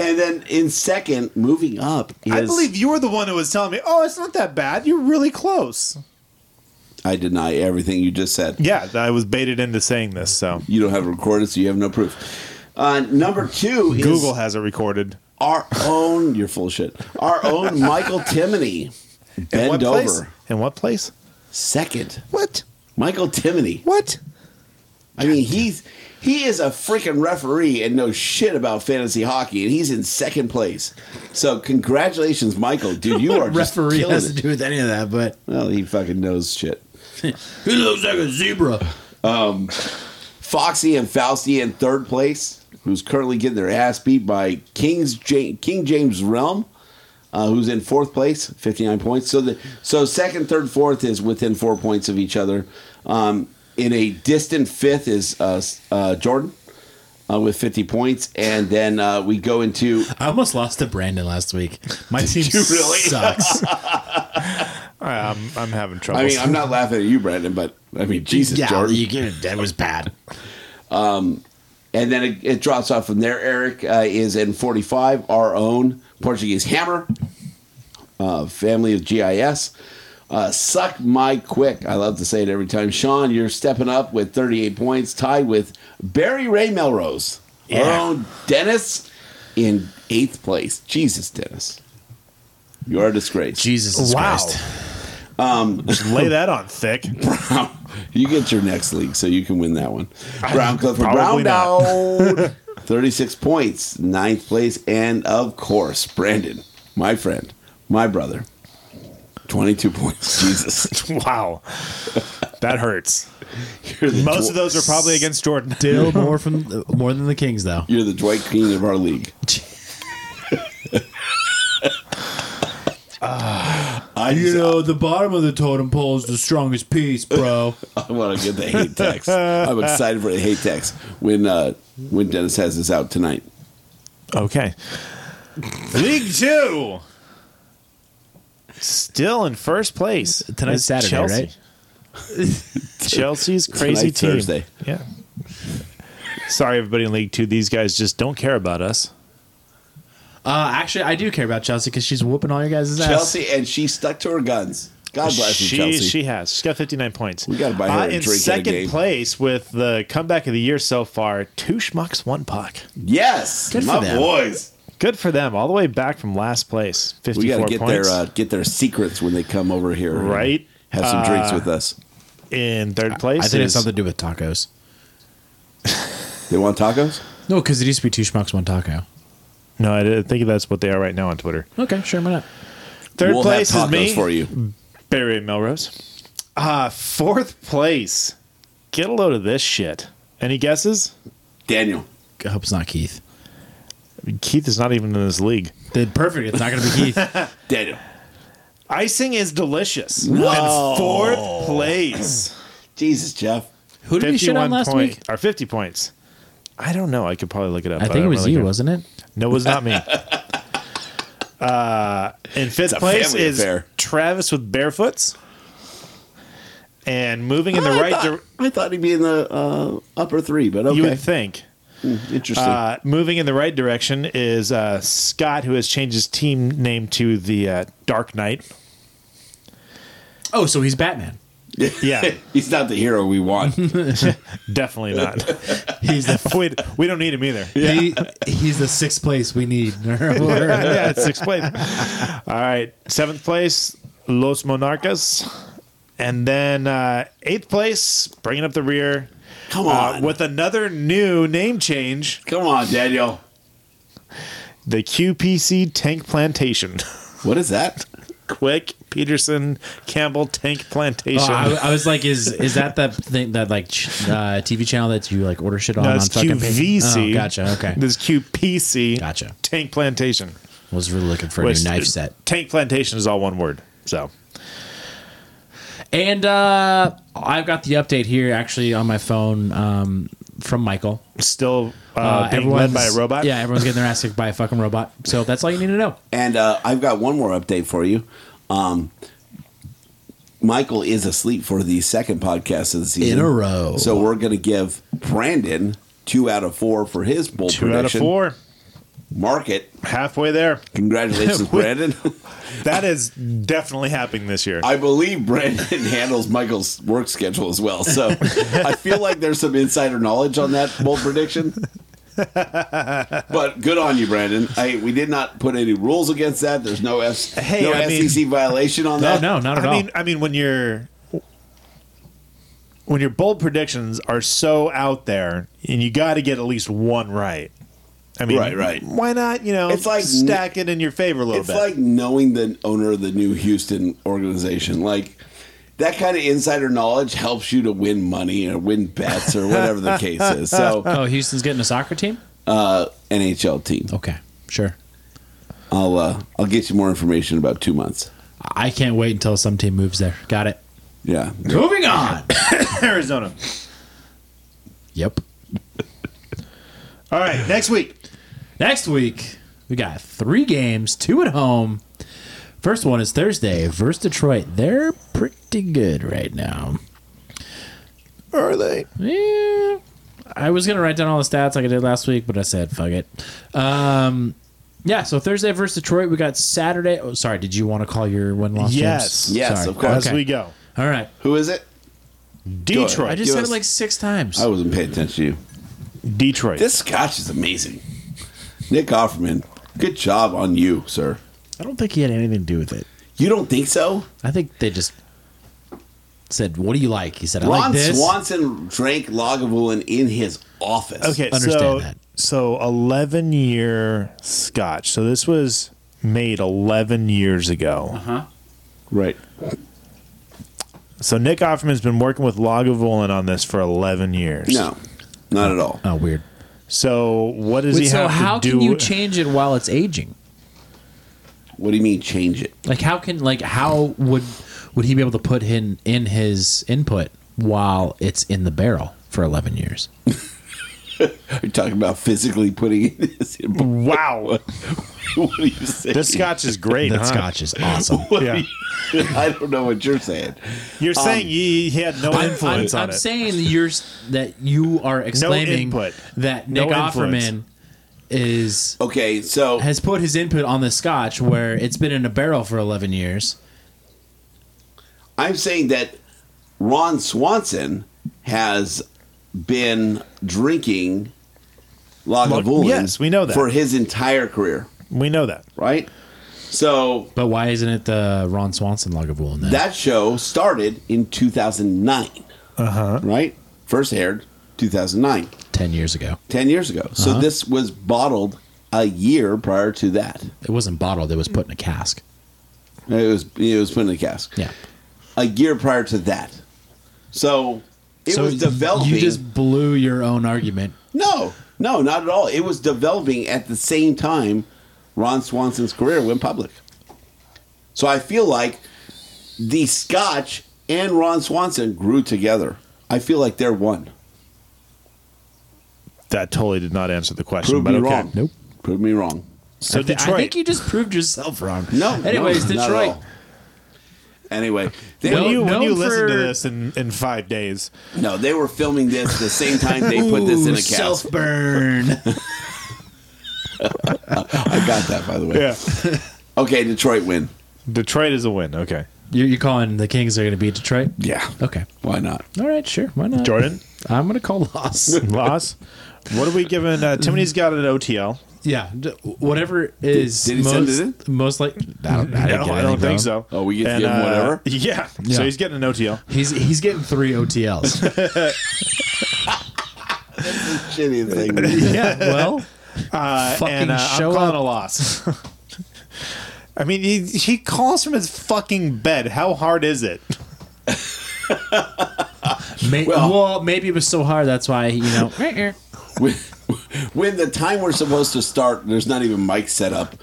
S3: And then in second, moving up is
S7: I believe you were the one who was telling me, "Oh, it's not that bad. You're really close."
S3: I deny everything you just said.
S7: Yeah, I was baited into saying this. So
S3: You don't have it recorded, so you have no proof. Uh, number two is
S7: Google has it recorded.
S3: our own. You're full of shit. Our
S6: (laughs)
S3: own Michael Timoney. Bend
S7: what
S3: over.
S7: place? In what place?
S3: Second,
S7: What?
S3: Michael Timoney.
S7: What?
S3: I mean, he's he is a freaking referee and knows shit about fantasy hockey, and he's in second place. So congratulations, Michael, dude.
S6: (laughs)
S3: You are just
S6: Referee
S3: killing
S6: has
S3: it.
S6: to do with any of that, but
S3: Well, he fucking knows shit.
S6: he looks like a zebra.
S3: Um, Foxy and Fausty in third place, who's currently getting their ass beat by King's Ja- King James Realm, uh, who's in fourth place, fifty nine points. So the so second, third, fourth is within four points of each other. Um, in a distant fifth is uh, s- uh, Jordan. Uh, with 50 points, and then uh, we go into
S6: I almost lost to Brandon last week. My team
S3: you really?
S6: (laughs) sucks.
S7: I'm, I'm having trouble.
S3: I mean, I'm not laughing at you, Brandon, but I mean, Jesus,
S6: yeah,
S3: Jordan.
S6: you get it. That was bad.
S3: And then it, it drops off from there. Eric uh, is in 45, our own Portuguese Hammer, uh, family of GIS. Uh, suck my quick. I love to say it every time. Sean, you're stepping up with 38 points, tied with Barry Ray Melrose, our
S7: Yeah.
S3: own Dennis, in eighth place. Jesus, Dennis. You are a disgrace. Um,
S6: Jesus is
S7: Wow.
S6: Christ.
S7: Just lay that on thick.
S3: (laughs) You get your next league, so you can win that one. Brown Clifford
S7: Probably
S3: Brown
S7: (laughs)
S3: down. 36 points, ninth place. And of course, Brandon, my friend, my brother. 22 points. (laughs) Jesus.
S7: (laughs) wow, that hurts.
S3: You're the
S7: Most
S3: Dw-
S7: of those are probably against Jordan. (laughs)
S6: Still more from more than the Kings though.
S3: You're the Dwight King of our
S7: (laughs)
S3: league. I,
S6: You know, Oh, the bottom of the totem pole is the strongest piece, bro.
S3: I want to get the hate text. I'm excited for the hate text when uh, when Dennis has this out tonight.
S7: Okay. League two. Still in first place.
S6: Tonight's
S7: It's
S6: Saturday,
S7: Chelsea. (laughs)
S6: right?
S7: Chelsea's crazy
S3: Tonight's
S7: team.
S3: Thursday.
S7: Yeah. Sorry, everybody in League Two. These guys just don't care about us.
S6: Uh, actually, I do care about Chelsea because she's whooping all your guys' ass.
S3: Chelsea, and she stuck to her guns. God bless you,
S7: she,
S3: Chelsea.
S7: she has. She's got 59 points. Uh,
S3: We gotta buy her a
S7: in
S3: drink and a
S7: second
S3: game.
S7: place with the comeback of the year so far. Two schmucks, one puck.
S3: yes,
S6: Good for
S3: my
S6: them.
S3: boys.
S7: Good for them. All the way back from last place. 54
S3: We got to get
S7: points.
S3: their uh, get their secrets when they come over here. and
S7: Right.
S3: Have some drinks
S7: Uh,
S3: with us.
S7: in third place.
S6: I think
S7: is-
S6: it's something to do with tacos.
S3: They want tacos?
S6: No, because it used to be two schmucks, one taco.
S7: No, I didn't think that's what they are right now on Twitter.
S6: Okay, sure, why not?
S7: Third
S3: we'll
S7: place
S3: have tacos
S7: is me.
S3: for you.
S7: Barry Melrose. Uh, fourth place. Get a load of this shit. Any guesses?
S3: Daniel.
S6: I hope it's not Keith.
S7: Keith is not even in this league.
S6: Then perfect. It's not (laughs) going to be Keith.
S3: Daniel.
S7: Icing is delicious.
S3: No.
S7: And fourth place.
S3: Jesus, Jeff.
S6: Who did we shit on
S7: 51
S6: last
S7: point,
S6: week?
S7: Or 50 points. I don't know. I could probably look it up.
S6: I
S7: but
S6: think it
S7: don't
S6: was
S7: really
S6: you,
S7: care.
S6: wasn't it?
S7: No, it was
S3: (laughs)
S7: not me. uh, in fifth
S3: a
S7: place
S3: family
S7: is
S3: affair.
S7: Travis with Barefoots. And moving in the
S3: Ah, I
S7: right
S3: thought-
S7: direction.
S3: I thought he'd be in the uh, upper three, but okay.
S7: You would think.
S3: Mm, interesting.
S7: Uh, moving in the right direction is uh, Scott, who has changed his team name to the uh, Dark Knight.
S6: Oh, so he's Batman.
S3: (laughs)
S7: Yeah,
S3: he's not the hero we want.
S7: (laughs) Definitely not. (laughs) he's
S6: (laughs)
S7: the we, we don't need him either.
S11: He, he's the sixth place we
S6: (laughs)
S11: need.
S7: yeah, it's sixth place. (laughs) All right, seventh place, Los Monarcas, and then uh, eighth place, bringing up the rear.
S3: Come
S7: uh,
S3: on.
S7: with another new name change.
S3: Come on, Daniel.
S7: The QPC Tank Plantation. (laughs)
S3: What is that?
S7: Quick Peterson Campbell Tank Plantation.
S6: Oh, I, I was like, is is that the thing that like ch- uh, TV channel that you like order shit on?
S7: No, it's
S6: on fucking pay-
S7: QVC.
S6: Oh, gotcha. Okay.
S7: This QPC.
S6: Gotcha.
S7: Tank Plantation.
S6: Was really looking for a
S7: Which-
S6: new knife set.
S7: Tank Plantation is all one word. So
S6: And uh, I've got the update here actually on my phone um, from Michael.
S7: Still uh, being led by a robot?
S6: Yeah, everyone's getting their ass kicked by a fucking robot. So that's all you need to know.
S3: And uh, I've got one more update for you. Um, Michael is asleep for the second podcast of the season
S10: In a row.
S3: So we're going to give Brandon two out of four for his bowl
S7: two
S3: prediction.
S7: out of four.
S3: Mark it.
S7: Halfway there. (laughs)
S3: Congratulations, (laughs) Brandon.
S7: that is definitely happening this year.
S3: I believe Brandon (laughs) handles Michael's work schedule as well. So I feel like there's some insider knowledge on that bold prediction. But good on you, Brandon. I, we did not put any rules against that. There's no, S,
S7: Hey,
S3: no
S7: I mean-
S3: SEC violation on that.
S7: I mean, uh, I mean, when you're when your bold predictions are so out there, and you got to get at least one right. I mean,
S3: Right, right.
S7: Why not? You know,
S3: It's like-
S7: stack it in your favor a little
S3: it's
S7: bit.
S3: like knowing the owner of the new Houston organization. Like that kind of insider knowledge helps you to win money or win bets or whatever
S6: (laughs)
S3: the case is. So
S6: oh, Houston's getting a soccer team.
S3: uh, NHL team.
S6: Okay, sure.
S3: I'll uh, I'll get you more information in about two months.
S6: I can't wait until some team moves there. Got it.
S3: Yeah.
S6: Moving on.
S7: Arizona.
S6: Yep.
S7: All right, next week.
S6: Next week, we got three games, two at home. First one is Thursday versus Detroit. They're pretty good right now.
S7: Are they?
S6: Yeah. I was gonna write down all the stats like I did last week, but I said fuck it. Um, yeah. So Thursday versus Detroit. We got Saturday. Oh, sorry. Did you want to call your win loss?
S7: Yes.
S3: Yes, of course.
S7: As we go.
S6: All right.
S3: Who is it?
S7: Detroit.
S6: I just said it like six times.
S3: I wasn't paying attention to you.
S7: Detroit.
S3: This scotch is amazing. Nick Offerman, good job on you, sir.
S6: I don't think he had anything to do with it.
S3: You don't think so?
S6: I think they just said, "What do you like?" He said, "I
S3: Ron
S6: like this."
S3: Swanson drank Lagavulin in his office.
S7: Okay,
S6: Understand
S7: so
S6: that.
S7: so eleven year scotch. So this was made eleven years ago. Uh huh.
S3: Right.
S7: So Nick Offerman's been working with Lagavulin on this for eleven years.
S3: No, not at all.
S6: Oh, weird.
S7: So what does
S6: Wait,
S7: he
S6: so
S7: have
S6: how
S7: to do?
S6: can you change it while it's aging?
S3: What do you mean change it?
S6: Like how can like how would would he be able to put in in his input while it's in the barrel for eleven years?
S3: You're talking about physically putting it in his (laughs) inbox.
S7: wow,
S3: What are you saying?
S7: this scotch is great.
S6: That
S7: huh?
S6: scotch is
S7: (laughs)
S6: awesome.
S3: (laughs) What are
S7: Yeah.
S3: you- (laughs) I don't know what you're saying.
S7: You're
S3: Um,
S7: saying he, he had no influence
S6: I'm,
S7: on
S6: I'm
S7: it.
S6: saying that you're s- that you are exclaiming
S7: input.
S6: that
S7: No
S6: Nick
S7: influence.
S6: Offerman is
S3: Okay, so
S6: has put his input on the scotch where it's been in a barrel for eleven years.
S3: I'm saying that Ron Swanson has been drinking Lagavulin.
S7: yes, we know that.
S3: for his entire career,
S7: we know that.
S3: right? So
S6: But why isn't it the Ron Swanson Lagavulin then?
S3: that show started in 2009,
S7: Uh huh.
S3: right? First aired 2009,
S6: ten years ago,
S3: 10 years ago. So
S6: Uh-huh.
S3: this was bottled a year prior to that.
S6: it wasn't bottled; it was put in a cask.
S3: It was it was put in a cask.
S6: Yeah.
S3: a year prior to that. So it was developing.
S6: You just blew your own argument.
S3: No, no, not at all. It was developing at the same time Ron Swanson's career went public. So I feel like the Scotch and Ron Swanson grew together. I feel like they're one.
S7: That totally did not answer the question.
S3: Prove
S7: but
S3: me
S7: okay.
S3: wrong. Nope. Prove me wrong.
S6: So I, thi- I
S7: Detroit.
S6: think you just proved yourself wrong.
S3: No.
S6: Anyways,
S3: no, not at
S6: Detroit.
S3: all. Anyway,
S7: when
S3: were-
S7: you, when you listen to
S3: for-
S7: this in, in five days,
S3: No, they were filming this the same time they put this in a cast.
S10: burn.
S3: (laughs) I got that by the way.
S7: Yeah.
S3: okay, Detroit win.
S7: Detroit is a win. Okay.
S6: You're, you're calling the Kings are going to beat Detroit?
S3: Yeah.
S6: Okay.
S3: Why not?
S6: All right, sure. Why not?
S7: Jordan?
S6: I'm going to call
S3: (laughs)
S6: loss.
S7: loss. What are we giving? Uh, Timothy's got an OTL.
S6: Yeah, d- whatever is
S7: Did he
S6: most,
S7: send it
S6: most like I don't, I
S7: (laughs) No,
S6: didn't get
S7: I
S6: anything,
S7: don't think
S6: bro.
S7: so.
S3: Oh, we get
S7: And, uh, yeah. So
S6: Yeah.
S7: he's getting an OTL.
S6: He's he's getting
S7: (laughs)
S6: three OTLs.
S3: Shitty thing.
S7: yeah,
S6: well,
S7: uh,
S6: fucking
S7: and, uh,
S6: show
S7: I'm calling
S6: up.
S7: a loss. (laughs) I mean, he, he calls from his fucking bed. How hard is it?
S6: May, well,
S3: Well-
S6: maybe it was so hard that's why you know. (laughs)
S3: when, when the time we're supposed to start, there's not even mic set up.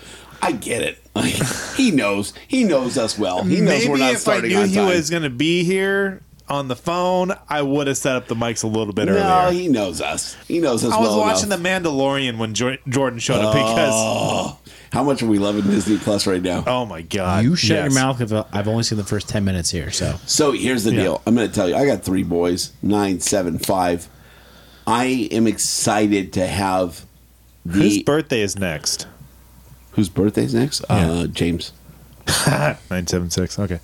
S3: I get it. Like, he knows. He knows us well. He knows
S7: Maybe
S3: we're not
S7: if I
S3: starting
S7: knew
S3: on
S7: he
S3: time.
S7: was going to be here on the phone, I would have set up the mics a little bit
S3: no,
S7: earlier.
S3: he knows us. He knows us.
S7: I was
S3: well
S7: watching
S3: enough.
S7: The Mandalorian when Jor- Jordan showed up because.
S3: Oh, how much are we loving Disney Plus right now?
S7: Oh my god!
S6: You shut
S7: Yes.
S6: your mouth. If I've only seen the first ten minutes here, so
S3: So here's the
S6: Yeah.
S3: deal. I'm going to tell you. I got three boys, nine, seven, five. I am excited to have the
S7: Whose birthday is next?
S3: whose birthday's next? Uh, James. (laughs)
S7: Nine seven six. Okay.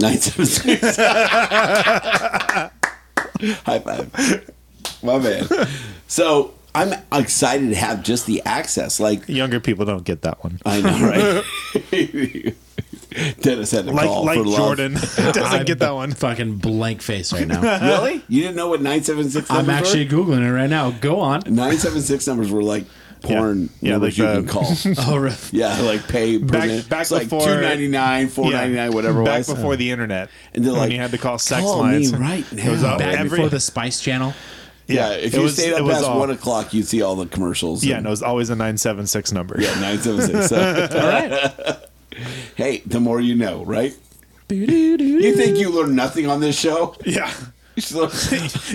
S3: Nine seven six. High five, my man. So I'm excited to have just the access.
S7: (laughs)
S3: Like
S7: Younger people don't get that one.
S3: I know, right? (laughs) Dennis had to
S7: Like
S3: call
S7: like
S3: for love. (laughs)
S7: Jordan (laughs) doesn't get that one.
S6: Fucking blank face (laughs) right now.
S3: Really? You didn't know what nine seven six?
S6: I'm actually googling it right now. Go on.
S3: nine seven six numbers were like porn
S7: Yeah, yeah,
S3: numbers
S7: like
S3: you
S7: the-
S3: can call.
S7: (laughs)
S6: Oh, really?
S3: Yeah, like pay per
S7: Back-
S3: minute.
S7: back
S3: It's like
S7: before-
S3: two ninety nine, four ninety nine, whatever.
S7: Back
S3: it was.
S7: before the internet,
S3: And they're
S7: when
S3: like,
S7: you had to call sex
S3: "Call me
S7: lines
S3: right
S7: It was
S3: now."
S7: all-
S6: Back
S7: every-
S6: before the Spice Channel.
S3: yeah,
S7: yeah,
S3: if
S7: it
S3: you
S7: was-
S3: stayed up
S7: it was
S3: past
S7: all-
S3: one o'clock, you'd see all the commercials.
S7: Yeah,
S3: and-
S7: no, it was always a nine seven six number.
S3: yeah, nine seven six. So,
S6: All right.
S3: (laughs) hey, the more you know, right? You think you learn nothing on this show?
S7: (laughs) yeah.
S3: You should learn- (laughs)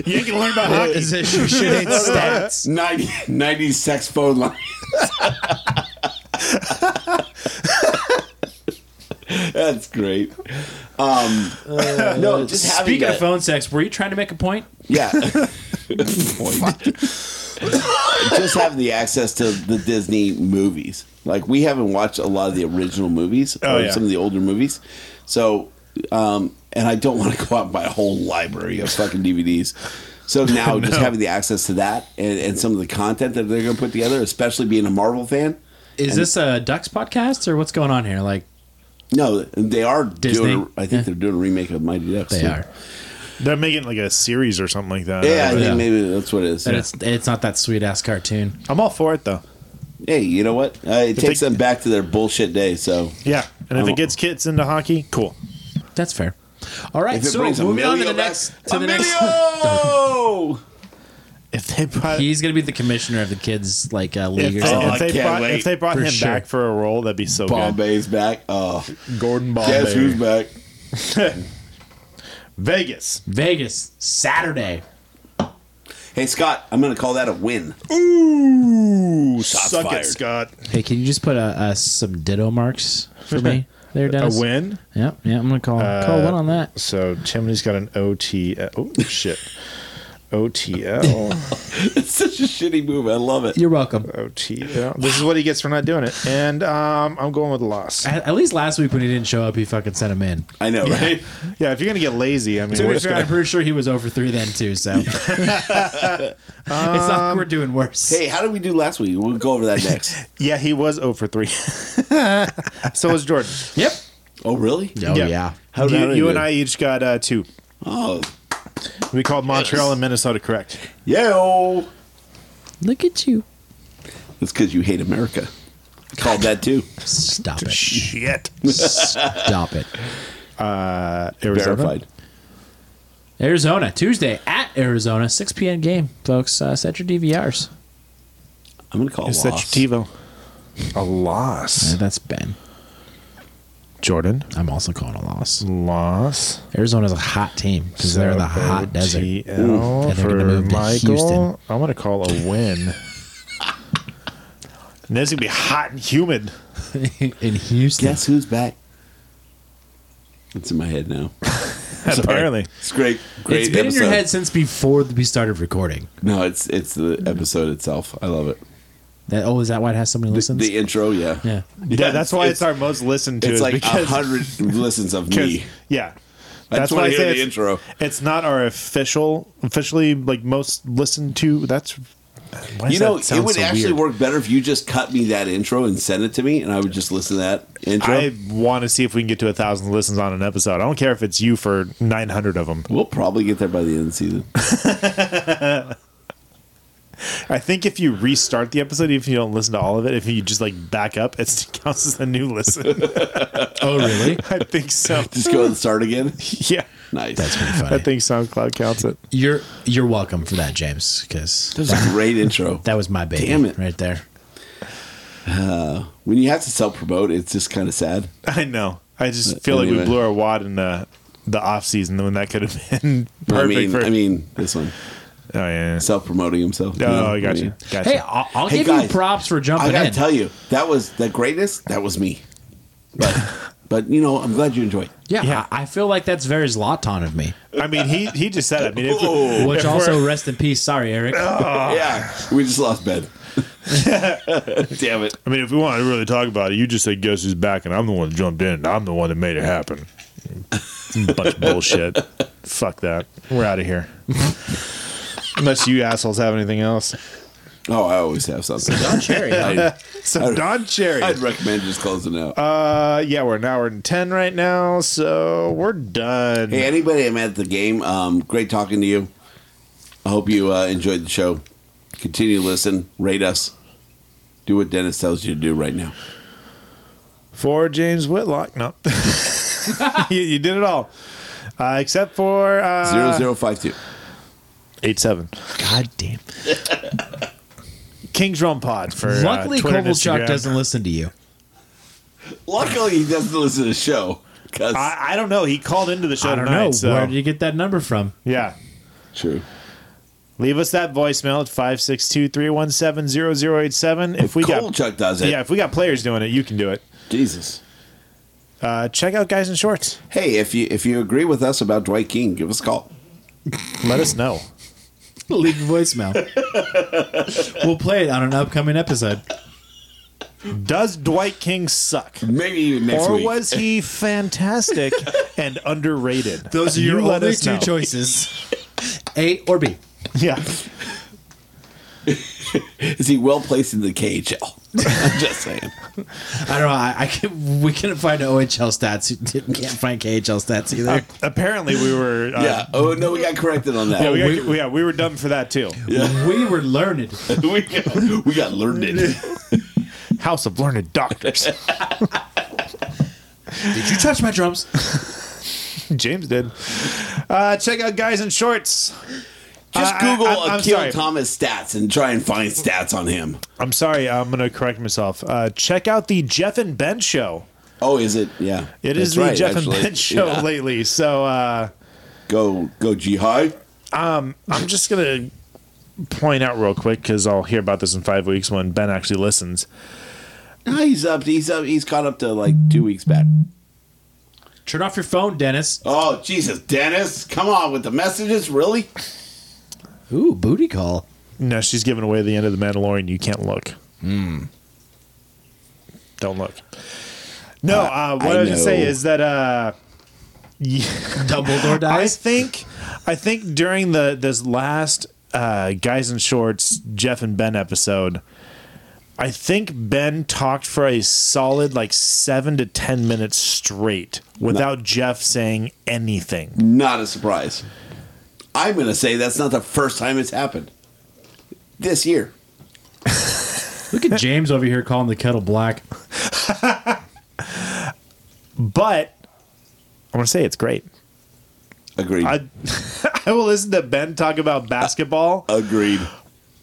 S7: You ain't gonna learn (laughs) about hockey.
S6: Is this your shit ain't stats?
S3: 90, 90 sex phone line. (laughs) That's great. Um, no, just having
S6: Uh, Speaking
S3: that,
S6: of phone sex, were you trying to make a point?
S3: (laughs) Yeah. Point. Just having the access to the Disney movies. Like we haven't watched a lot of the original movies or
S7: Oh, yeah.
S3: some of the older movies. So um and I don't want to (laughs) go out and buy a whole library of fucking DVDs. So now
S6: (laughs)
S3: just having the access to that and, and some of the content that they're gonna put together, especially being a Marvel fan.
S6: Is
S3: And-
S6: this a Ducks podcast or what's going on here? Like
S3: No, they are
S6: Disney?
S3: doing I think
S6: Yeah.
S3: they're doing a remake of Mighty Ducks.
S6: they
S3: too.
S6: are,
S7: They're making like a series or something like that.
S3: Yeah, I think
S6: Yeah.
S3: maybe that's what it is.
S6: but it's it's not that sweet ass cartoon.
S7: I'm all for it though.
S3: Hey, you know what? Uh, it
S7: If
S3: takes
S7: they-
S3: them back to their bullshit days. So
S7: Yeah, and if
S3: I'm-
S7: it gets kids into hockey, cool.
S6: That's fair. All right,
S3: If it
S6: so
S3: brings
S6: moving on to the
S3: Emilio back-
S6: next to the (laughs)
S3: Emilio!
S7: If they
S6: next.
S7: brought,
S6: He's gonna be the commissioner of the kids like uh, league
S7: if,
S6: or something.
S3: Oh, I
S7: if they
S3: can't
S7: brought,
S3: wait
S7: if they brought
S6: for
S7: him
S6: sure.
S7: back for a role, that'd be so
S3: Bombay's back. Oh,
S7: good. Gordon Bombay.
S3: guess who's back?
S7: Vegas.
S6: Vegas Saturday.
S3: Hey, Scott, I'm going to call that a win.
S7: Ooh,
S3: Shots
S7: suck
S3: fired.
S7: it, Scott.
S6: Hey, can you just put uh uh some ditto marks for me there,
S7: A
S6: Dennis?
S7: win.
S6: Yeah, yeah. I'm gonna call call
S7: Uh,
S6: one on that.
S7: So Chimney's got an OTL. Oh shit. OTL.
S3: (laughs) It's such a shitty move. I love it.
S6: You're welcome.
S7: OTL. This is what he gets for not doing it. And um, I'm going with loss.
S6: At, at least last week when he didn't show up, he fucking sent him in.
S3: I know, right?
S7: Yeah, if you're gonna get lazy, I mean,
S6: To
S7: we're
S6: be
S7: just
S6: fair, I'm
S7: gonna.
S6: pretty sure he was over three then too. So
S3: (laughs)
S6: it's not like we're doing worse.
S3: Um, Hey, how did we do last week? We'll go over
S6: (laughs)
S3: that next.
S7: Yeah, he was 0 for three. (laughs) so was Jordan.
S6: Yep.
S3: oh, really?
S6: Oh
S7: Yeah.
S6: yeah.
S3: How did
S7: you
S3: I
S7: you
S3: do?
S7: and I each got uh, two.
S3: Oh,
S7: We called Montreal and Minnesota correct.
S3: yo.
S6: Look at you.
S3: That's because you hate America. I Called that
S6: (laughs)
S3: too.
S6: Stop it.
S7: Shit.
S3: (laughs)
S6: Stop it.
S7: Uh, Arizona.
S3: Verified.
S6: Arizona Tuesday at Arizona, 6 p.m. game, folks. Uh, set your DVRs.
S3: I'm going to call
S7: Is
S3: loss.
S7: that your TiVo? A loss.
S6: that's Ben.
S7: Jordan.
S6: I'm also calling a loss.
S3: Mm.
S7: Loss.
S6: Arizona's a hot team because they're the hot desert.
S7: TL
S6: And they're gonna
S7: for
S6: move to Houston.
S7: Michael. I'm going to call a (laughs) win. and it's going to be hot and humid.
S6: (laughs) In Houston.
S3: Guess who's back? It's in my head now. Sorry.
S7: Apparently.
S3: it's great. Great
S6: it's been in your
S3: episode.
S6: head since before we started recording.
S3: No, it's it's the episode itself. I love it.
S6: That oh, is that why it has so many
S3: The,
S6: listens?
S3: the intro, yeah,
S6: yeah.
S7: Yeah, that's why it's, our most listened to.
S3: It's
S7: is
S3: like a
S7: because-
S3: hundred
S7: (laughs)
S3: listens of
S7: 'cause-
S3: me.
S7: Yeah.
S3: I just wanna hear the
S7: it's-
S3: intro.
S7: It's not our official, officially like most listened to. That's why
S3: You
S7: does
S3: know,
S7: that
S3: it
S7: sound
S3: would
S7: so
S3: actually
S7: weird?
S3: work better if you just cut me that intro and send it to me, and I would just listen to that intro.
S7: I want to see if we can get to a thousand listens on an episode. I don't care if it's you for nine hundred of them.
S3: we'll probably get there by the end of the
S7: (laughs)
S3: season.
S7: I think if you restart the episode, if you don't listen to all of it, if you just like back up, it still counts as a new listen.
S3: (laughs)
S6: Oh, really?
S7: I think so.
S3: just go and start
S7: (laughs)
S3: again.
S7: Yeah,
S3: Nice.
S6: That's (laughs) pretty
S7: I
S6: funny.
S7: think SoundCloud counts it.
S6: You're you're welcome for that, James, because
S3: That was a great intro.
S6: that was my baby
S3: Damn it.
S6: right there.
S3: When you have to self promote, it's just kind of sad.
S7: I know. I just
S3: But
S7: feel like
S3: Uh, anyway.
S7: we blew our wad in the the off season when that could have been perfect.
S3: I mean,
S7: for,
S3: I mean, this one
S7: oh yeah.
S3: self promoting himself.
S7: Oh,
S3: know?
S7: I got
S3: Yeah.
S7: you. Gotcha.
S6: Hey, I'll, I'll
S3: Hey,
S6: give you
S3: guys,
S6: props for
S3: I
S6: jumping
S3: gotta
S6: in.
S3: tell you, that was that greatness. That was me. (laughs) But but you know, I'm glad you enjoyed.
S6: yeah,
S7: Yeah.
S6: I, I feel like that's very Zlatan of me.
S7: I mean, he he just said. it. I mean, if,
S6: Which
S7: if
S3: (laughs)
S7: we're-
S6: also, rest in peace. Sorry, Eric.
S3: Uh, Yeah, we just lost (laughs) bed. Damn it!
S7: I mean, if we want to really talk about it, you just said guess who's back, and I'm the one that jumped in. and I'm the one that made it happen. (laughs) Bunch of bullshit. Fuck that. We're out of here. (laughs) Unless you assholes have anything else.
S3: Oh, I always have something.
S6: Cherry.
S3: I'd,
S7: So Don Cherry.
S3: I'd recommend just closing out.
S7: Uh, yeah, we're an hour and ten right now, so we're done.
S3: Hey, anybody I'm at the game, um, great talking to you. I hope you uh, enjoyed the show. Continue to listen, rate us, do what Dennis tells you to do right now.
S7: for James Whitlock. No, (laughs) you, you did it all, uh, except for uh,
S3: Zero zero five two.
S7: eight seven.
S6: God damn.
S7: King's Rum Pod for uh,
S6: Luckily,
S7: Twitter and
S6: Kovalchuk
S7: Instagram.
S6: doesn't listen to you.
S3: Luckily, he doesn't listen to the show. 'cause-
S7: I, I don't know. He called into the show
S6: I don't
S7: tonight.
S6: know.
S7: so-
S6: Where did you get that number from?
S7: yeah.
S3: True.
S7: Leave us that voicemail at 562 317 0087. If we got
S3: Kolchak does it.
S7: Yeah, if we got players doing it, you can do it.
S3: Jesus.
S7: Uh, check out Guys in Shorts.
S3: Hey, if you if you agree with us about Dwight King, give us a call.
S7: Let us know.
S6: Leave a
S3: (laughs)
S6: voicemail. we'll play it on an upcoming episode.
S7: Does Dwight King suck?
S3: Maybe next
S7: or
S3: week. (laughs)
S7: was he fantastic and underrated?
S11: Those are
S7: You
S11: your
S7: let
S11: only
S7: us
S11: two
S7: know.
S11: choices.
S6: A or B.
S7: Yeah.
S3: Is he well placed in the KHL? (laughs) I'm just saying.
S6: I don't know. I, I can, we couldn't find OHL stats. (laughs) We Can't find KHL stats either.
S7: Apparently, we were. Uh,
S3: Yeah. Oh no, we got corrected on that.
S7: yeah,
S6: Oh,
S7: we,
S3: we,
S7: got- yeah, we were dumb for that too.
S6: We were learned.
S3: we got, we got learned (laughs) it.
S7: House of Learned
S3: (laughs)
S7: Doctors.
S6: Did you touch my drums?
S7: James did. Uh, check out Guys in Shorts.
S3: Just
S7: I- I-
S3: Google
S7: I'm- I'm
S3: Akil
S7: sorry.
S3: Thomas stats and try and find stats on him.
S7: I'm sorry, I'm going to correct myself. Uh, check out the Jeff and Ben show.
S3: Oh, is it? Yeah,
S7: It is
S3: That's
S7: the
S3: right,
S7: Jeff
S3: actually.
S7: and Ben (laughs) show
S3: Yeah.
S7: lately. So uh,
S3: Go, go, jihad.
S7: I'm just going to point out real quick because I'll hear about this in five weeks when Ben actually listens.
S3: No, Ah, he's up. He's up. He's caught up to like two weeks back.
S6: Turn off your phone, Dennis.
S3: Oh Jesus, Dennis! Come on with the messages, really?
S6: Ooh, booty call.
S7: No, she's giving away the end of The Mandalorian. You can't look.
S3: Hmm.
S7: Don't look. No, uh, what I,
S3: I
S7: was going to say
S3: know.
S7: is that. Uh, (laughs)
S6: Dumbledore
S7: I
S6: dies.
S7: think I think during the this last uh, guys in shorts Jeff and Ben episode, I think Ben talked for a solid like seven to ten minutes straight without Jeff saying anything.
S3: Not a surprise. I'm gonna say that's not the first time it's happened this year.
S6: Look at James over here calling the kettle black.
S7: But I'm gonna say it's great.
S3: Agreed.
S7: (laughs) I I will listen to Ben talk about basketball
S3: Agreed.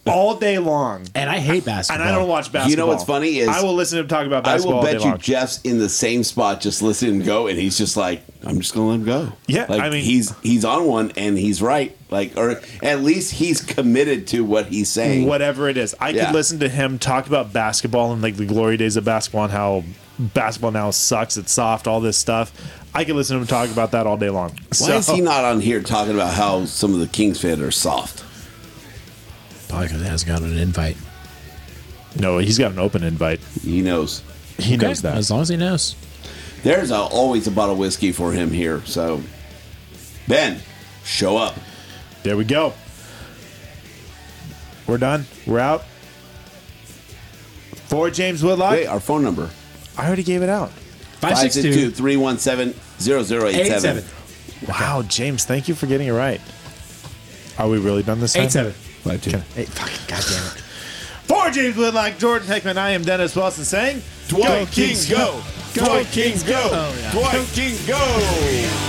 S7: all day long.
S6: And I hate
S7: And I don't watch basketball.
S3: You know what's funny is
S7: I will listen to him talk about basketball.
S3: I will
S7: all
S3: bet
S7: day
S3: you
S7: long.
S3: Jeff's in the same spot, just listening him go, and he's just like, "I'm just gonna let him go."
S7: Yeah,
S3: like
S7: I mean-
S3: he's he's on one, and he's right. Like, or at least he's committed to what he's saying.
S7: Whatever it is, I
S3: Yeah.
S7: could listen to him talk about basketball and like the glory days of basketball and how basketball now sucks. It's soft. All this stuff. I could listen to him talk about that all day long.
S3: Why is he not on here talking about how some of the Kings fans are soft?
S6: Probably because he hasn't gotten an invite.
S7: No, he's got an open invite.
S3: He knows.
S7: He
S6: Okay, As long as he knows.
S3: There's a, always a bottle of whiskey for him here. So, Ben, show up.
S7: There we go. We're done. We're out. For James Woodlock.
S3: Wait, our phone number.
S7: I already gave it out.
S3: 562 317 0087.
S7: Wow, James, thank you for getting it right. Are we really done this time?
S6: 8-7.
S3: Five, two.
S7: Eight, fucking goddamn (sighs) it. For James Woodlock, Jordan Heckman, I am Dennis Wilson saying,
S3: Dwight Kings go! Dwight Kings go! Dwight Kings go!